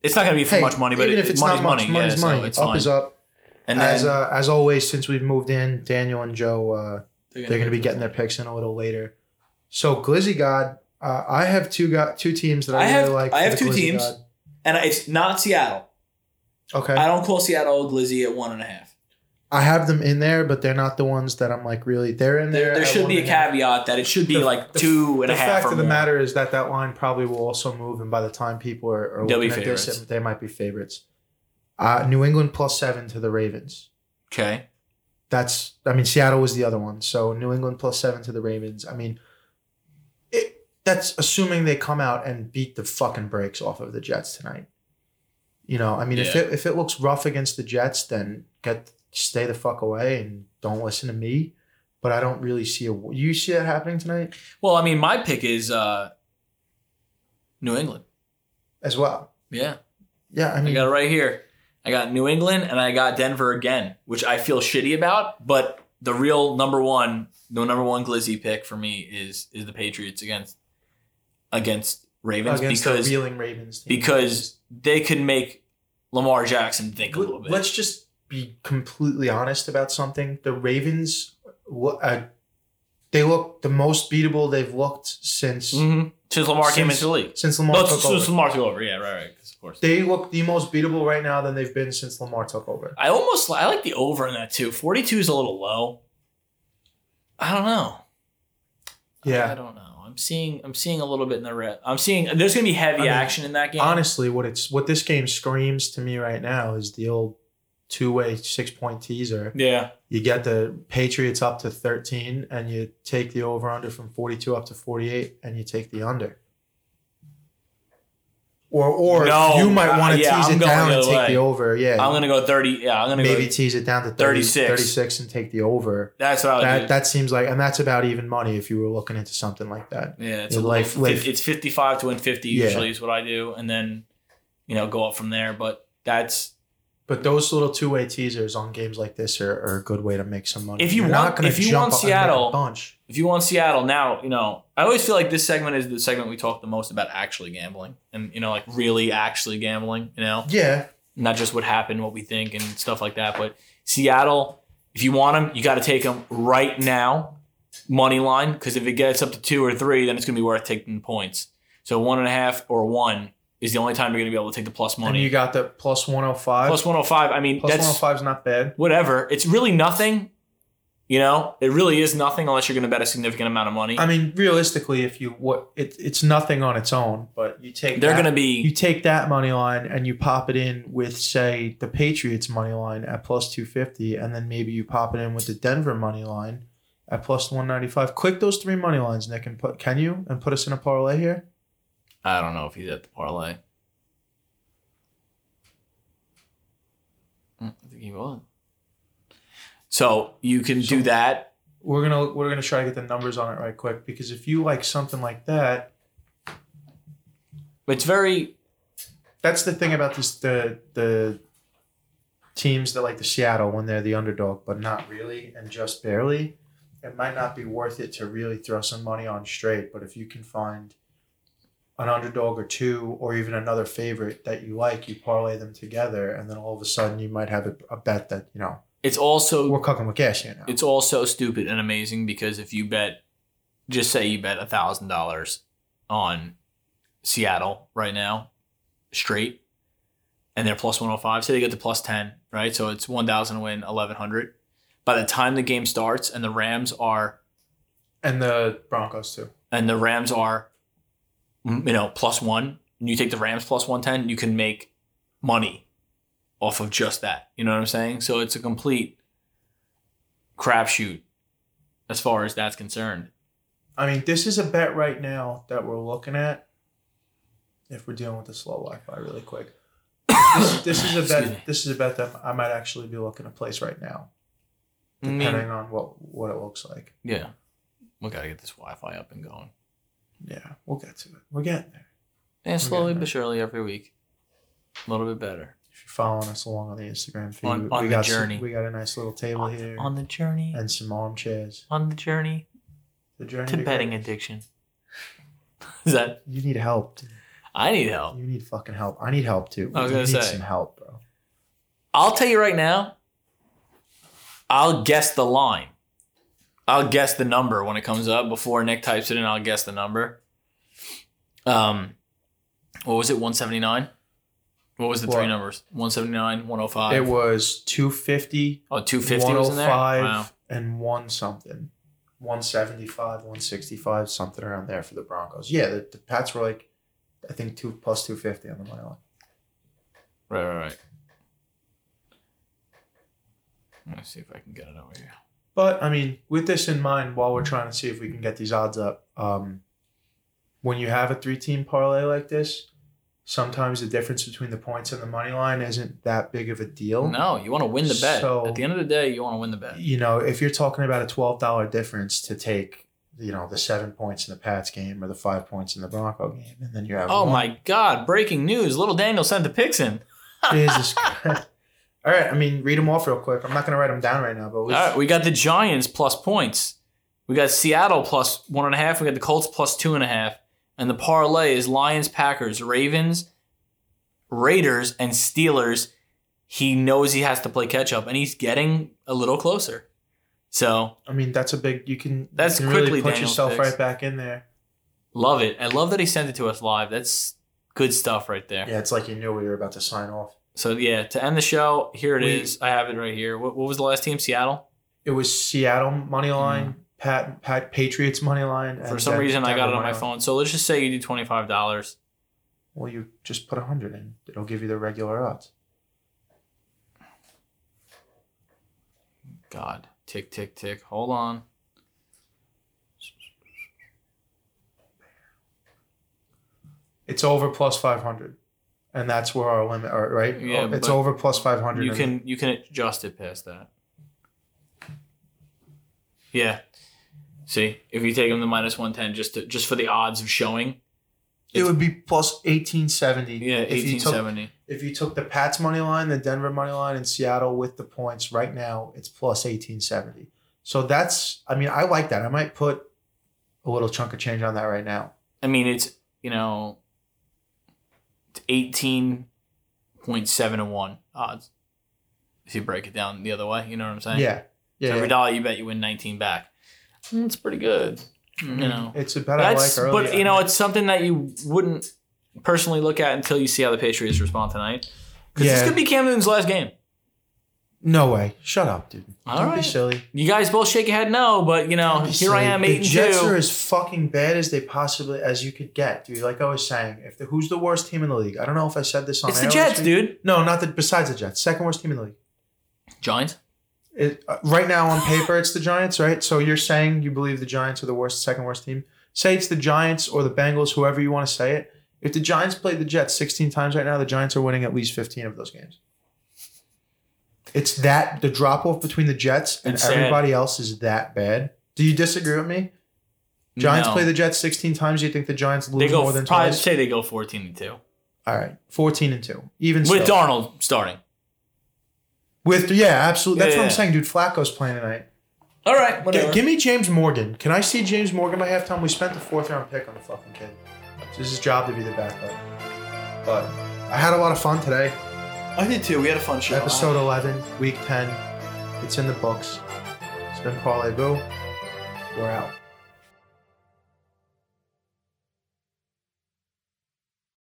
S1: It's not going to be for
S3: Hey,
S1: much money, but
S3: even
S1: it,
S3: if it's
S1: money's
S3: not much,
S1: money.
S3: money's
S1: yeah,
S3: money.
S1: So it's
S3: up
S1: fine.
S3: is up.
S1: And then
S3: as uh, as always, since we've moved in, Daniel and Joe, uh, they're going to be getting their picks in a little later. So Glizzy God, uh, I have two got two teams that I,
S1: I have-
S3: really like.
S1: I
S3: for
S1: have
S3: the
S1: two
S3: Glizzy
S1: teams.
S3: God.
S1: and it's not Seattle.
S3: Okay,
S1: I
S3: I,
S1: don't call Seattle glizzy at one and a half.
S3: have them in there, but they're not the ones that I'm like really. They're in there.
S1: There, there
S3: at
S1: should
S3: one
S1: be a
S3: and half.
S1: caveat that it should be
S3: The-
S1: like
S3: the-
S1: two and
S3: the
S1: a half
S3: fact
S1: or
S3: of the
S1: more.
S3: matter is that that line probably will also move, and by the time people are, are
S1: They'll be
S3: looking at this,
S1: favorites.
S3: they might be favorites. Uh, New England plus seven to the Ravens.
S1: Okay.
S3: that's I mean Seattle was the other one. So New England plus seven to the Ravens. I mean, it, that's assuming they come out and beat the fucking brakes off of the Jets tonight. You know, I mean, if
S1: Yeah.
S3: it if it looks rough against the Jets, then get stay the fuck away and don't listen to me. But I don't really see a. You see that happening tonight
S1: Well, I mean, my pick is uh, New England.
S3: as well.
S1: Yeah.
S3: Yeah, I
S1: I
S3: mean,
S1: got it right here. I got New England and I got Denver again, which I feel shitty about. But the real number one, the number one glizzy pick for me is is the Patriots against against Ravens
S3: against
S1: because
S3: the reeling Ravens team.
S1: because they can make Lamar Jackson think a little bit.
S3: Let's just be completely honest about something. The Ravens, wh- uh, they look the most beatable they've looked since
S1: hmm Since Lamar came
S3: Since-
S1: into the league,
S3: since Lamar
S1: no,
S3: took
S1: since,
S3: over.
S1: since Lamar took over, yeah, right, right, 'cause of course.
S3: they look the most beatable right now than they've been since Lamar took over.
S1: I almost I like the over in that too. Forty two is a little low. I don't know. I
S3: Yeah.
S1: don't know. I'm seeing I'm seeing a little bit in the red. I'm seeing there's gonna be heavy
S3: I mean,
S1: action in that game.
S3: Honestly, what it's what this game screams to me right now is the old two-way six-point teaser.
S1: Yeah.
S3: You get the Patriots up to 13 and you take the over-under from 42 up to 48 and you take the under. Or or
S1: No,
S3: you might want
S1: uh,
S3: to
S1: yeah,
S3: tease
S1: I'm
S3: it
S1: going
S3: down
S1: the
S3: and
S1: other
S3: take
S1: way.
S3: the over. Yeah.
S1: I'm gonna go thirty. Yeah, I'm gonna
S3: maybe
S1: go.
S3: tease it down to 30,
S1: 36.
S3: 36 and take the over.
S1: That's what I would
S3: That
S1: do.
S3: that seems like and that's about even money if you were looking into something like that.
S1: yeah, it's a
S3: your life-
S1: little,
S3: life-
S1: It's fifty five to win fifty
S3: Yeah.
S1: usually is what I do, and then you know go up from there. But that's
S3: But those little two-way teasers on games like this are, are a good way to make some money.
S1: If you
S3: You're
S1: want-
S3: not gonna
S1: if you want
S3: jump up and make a
S1: Seattle-
S3: bunch.
S1: if you want Seattle now. You know, I always feel like this segment is the segment we talk the most about actually gambling, and you know, like really actually gambling. You know,
S3: Yeah.
S1: not just what happened, what we think, and stuff like that. But Seattle, if you want them, you got to take them right now, money line, because if it gets up to two or three, then it's going to be worth taking the points. So one and a half or one is the only time you're going to be able to take the plus
S3: And you
S1: money.
S3: got the plus 105.
S1: Plus 105, I mean,
S3: plus
S1: that's
S3: 105 is not bad.
S1: whatever. It's really nothing. You know, it really is nothing unless you're going to bet a significant amount of money.
S3: I mean, realistically, if you what it, it's nothing on its own, but you take
S1: They're
S3: that-
S1: going to
S3: you
S1: be,
S3: take that money line and you pop it in with say the Patriots money line at plus two fifty, and then maybe you pop it in with the Denver money line at plus one ninety five. Click those three money lines, Nick, and put can you and put us in a parlay here?
S1: I don't know if he's at the parlay. Mm, I think he was. So you can do that.
S3: We're gonna we're gonna try to get the numbers on it right quick because if you like something like that,
S1: It's very
S3: that's the thing about this the the teams that like the Seattle when they're the underdog, but not really and just barely. It might not be worth it to really throw some money on straight, but if you can find an underdog or two, or even another favorite that you like, you parlay them together, and then all of a sudden you might have a, a bet that you know
S1: it's also
S3: we're cooking with gas here now.
S1: it's also stupid and amazing because if you bet just say you bet a thousand dollars on Seattle right now, straight, and they're plus one oh five, say they get to plus ten, right? So it's one thousand win, eleven hundred. By the time the game starts and the Rams are
S3: and the Broncos too.
S1: and the Rams are, mm, you know, plus one. and you take the Rams plus 110, you can make money off of just that. You know what I'm saying? So it's a complete crapshoot as far as that's concerned.
S3: I mean, this is a bet right now that we're looking at. If we're dealing with the slow Wi-Fi, really quick, this, this is a
S1: Excuse me.
S3: bet. This is a bet that I might actually be looking to place right now,
S1: I mean,
S3: depending on what what it looks like.
S1: yeah. We got to get this Wi Fi up and going.
S3: Yeah, we'll get to it. We're getting there.
S1: And slowly
S3: getting
S1: but surely every week, a little bit better.
S3: If you're following us along on the Instagram feed,
S1: On- on
S3: we
S1: the
S3: got
S1: journey.
S3: Some, we got a nice little table
S1: On
S3: here
S1: the, on the journey,
S3: and some armchairs.
S1: on the journey
S3: The journey
S1: to betting
S3: greatness.
S1: addiction. Is that,
S3: You need help. dude.
S1: I need help.
S3: You need fucking help. I need help too.
S1: I was
S3: You
S1: gonna
S3: need
S1: say.
S3: some help, bro.
S1: I'll tell you right now, I'll guess the line. I'll guess the number when it comes up before Nick types it in. I'll guess the number. Um, what was it? 179? What was the
S3: What?
S1: three numbers? 179, 105.
S3: It was 250,
S1: oh, 250 was in there?
S3: 105,
S1: Wow.
S3: and one something. 175, 165, something around there for the Broncos. Yeah, the, the Pats were like, I think two plus 250 on the money line.
S1: Right, right, right. Let me see if I can get it over here.
S3: But I mean, with this in mind, while we're trying to see if we can get these odds up, um, when you have a three-team parlay like this, sometimes the difference between the points and the money line isn't that big of a deal.
S1: No, you want to win the bet.
S3: So-
S1: At the end of the day, you want to win the bet.
S3: You know, if you're talking about a twelve dollar difference to take, you know, the seven points in the Pats game or the five points in the Bronco game, and then you have
S1: Oh
S3: one-
S1: my God! Breaking news: Little Daniel sent the picks in.
S3: Jesus Christ. All right, I mean, read them off real quick. I'm not gonna write them down right now, but we
S1: All right, we got the Giants plus points. We got Seattle plus one and a half. We got the Colts plus two and a half. And the parlay is Lions, Packers, Ravens, Raiders, and Steelers. He knows he has to play catch up, and he's getting a little closer. So
S3: I mean, that's a big. You can
S1: That's
S3: you can
S1: quickly
S3: really put
S1: Daniel's
S3: yourself
S1: picks.
S3: right back in there.
S1: love it. I love that he sent it to us live. That's good stuff right there.
S3: Yeah, it's like you knew we were about to sign off.
S1: So yeah, to end the show, here it is.
S3: We-
S1: I have it right here. What, what was the last team? Seattle.
S3: It was Seattle money line, Pat Pat Patriots money line. and
S1: Mm-hmm. For some
S3: Den-
S1: reason, I got
S3: Denver
S1: it on my
S3: money line.
S1: phone. So let's just say you do twenty five dollars.
S3: Well, you just put a hundred in. It'll give you the regular odds.
S1: God, tick tick tick. Hold on.
S3: It's over plus five hundred, and that's where our limit. Are, right?
S1: Yeah,
S3: it's
S1: but
S3: over plus five hundred.
S1: You can you can adjust it past that. Yeah. See, if you take them to minus one ten, just to, just for the odds of showing,
S3: It would be plus eighteen seventy.
S1: yeah, eighteen seventy.
S3: If you took the Pats money line, the Denver money line, and Seattle with the points right now, it's plus eighteen seventy. So that's. I mean, I like that. I might put a little chunk of change on that right now.
S1: I mean, it's you know, eighteen point seven to one odds. If you break it down the other way, you know what I'm saying?
S3: Yeah.
S1: So
S3: Yeah.
S1: every
S3: yeah.
S1: dollar you bet, you win nineteen back. That's pretty good.
S3: Mm-hmm.
S1: You know.
S3: It's a bet I like
S1: That's,
S3: early.
S1: but you know, it's something that you wouldn't personally look at until you see how the Patriots respond tonight. Because this
S3: Yeah.
S1: could be Cam Newton's last game.
S3: No way. Shut up, dude.
S1: All
S3: Don't be
S1: right.
S3: silly.
S1: You guys both shake your head no, but you know,
S3: Don't be
S1: here
S3: silly.
S1: I am,
S3: The
S1: eight and
S3: Jets
S1: two.
S3: are as fucking bad as they possibly as you could get, dude. Like I was saying, if the who's the worst team in the league? I don't know if I said this on
S1: it's
S3: air
S1: the
S3: last
S1: Jets,
S3: week.
S1: dude.
S3: No, not the besides the Jets. Second worst team in the league.
S1: Giants.
S3: It, uh, right now on paper, it's the Giants, right? So you're saying you believe the Giants are the worst, second worst team. Say it's the Giants or the Bengals, whoever you want to say it. If the Giants played the Jets 16 times right now, the Giants are winning at least 15 of those games. It's that the drop off between the Jets and
S1: It's sad.
S3: everybody else is that bad. Do you disagree with me? Giants
S1: No.
S3: play the Jets 16 times. You think the Giants lose
S1: They go
S3: more than
S1: probably
S3: twice?
S1: say they go fourteen and two
S3: All right, 14 and two, even
S1: with
S3: still.
S1: Darnold starting.
S3: with yeah, absolutely. That's
S1: Yeah,
S3: what
S1: yeah.
S3: I'm saying, dude. Flacco's playing tonight.
S1: All right,
S3: G-
S1: whatever.
S3: give me James Morgan. Can I see James Morgan by halftime? We spent the fourth round pick on the fucking kid. It's his job to be the backup. But I had a lot of fun today.
S1: I did too. We had a fun show.
S3: Episode 11, week 10. It's in the books. It's been Parlay Boo. We're out.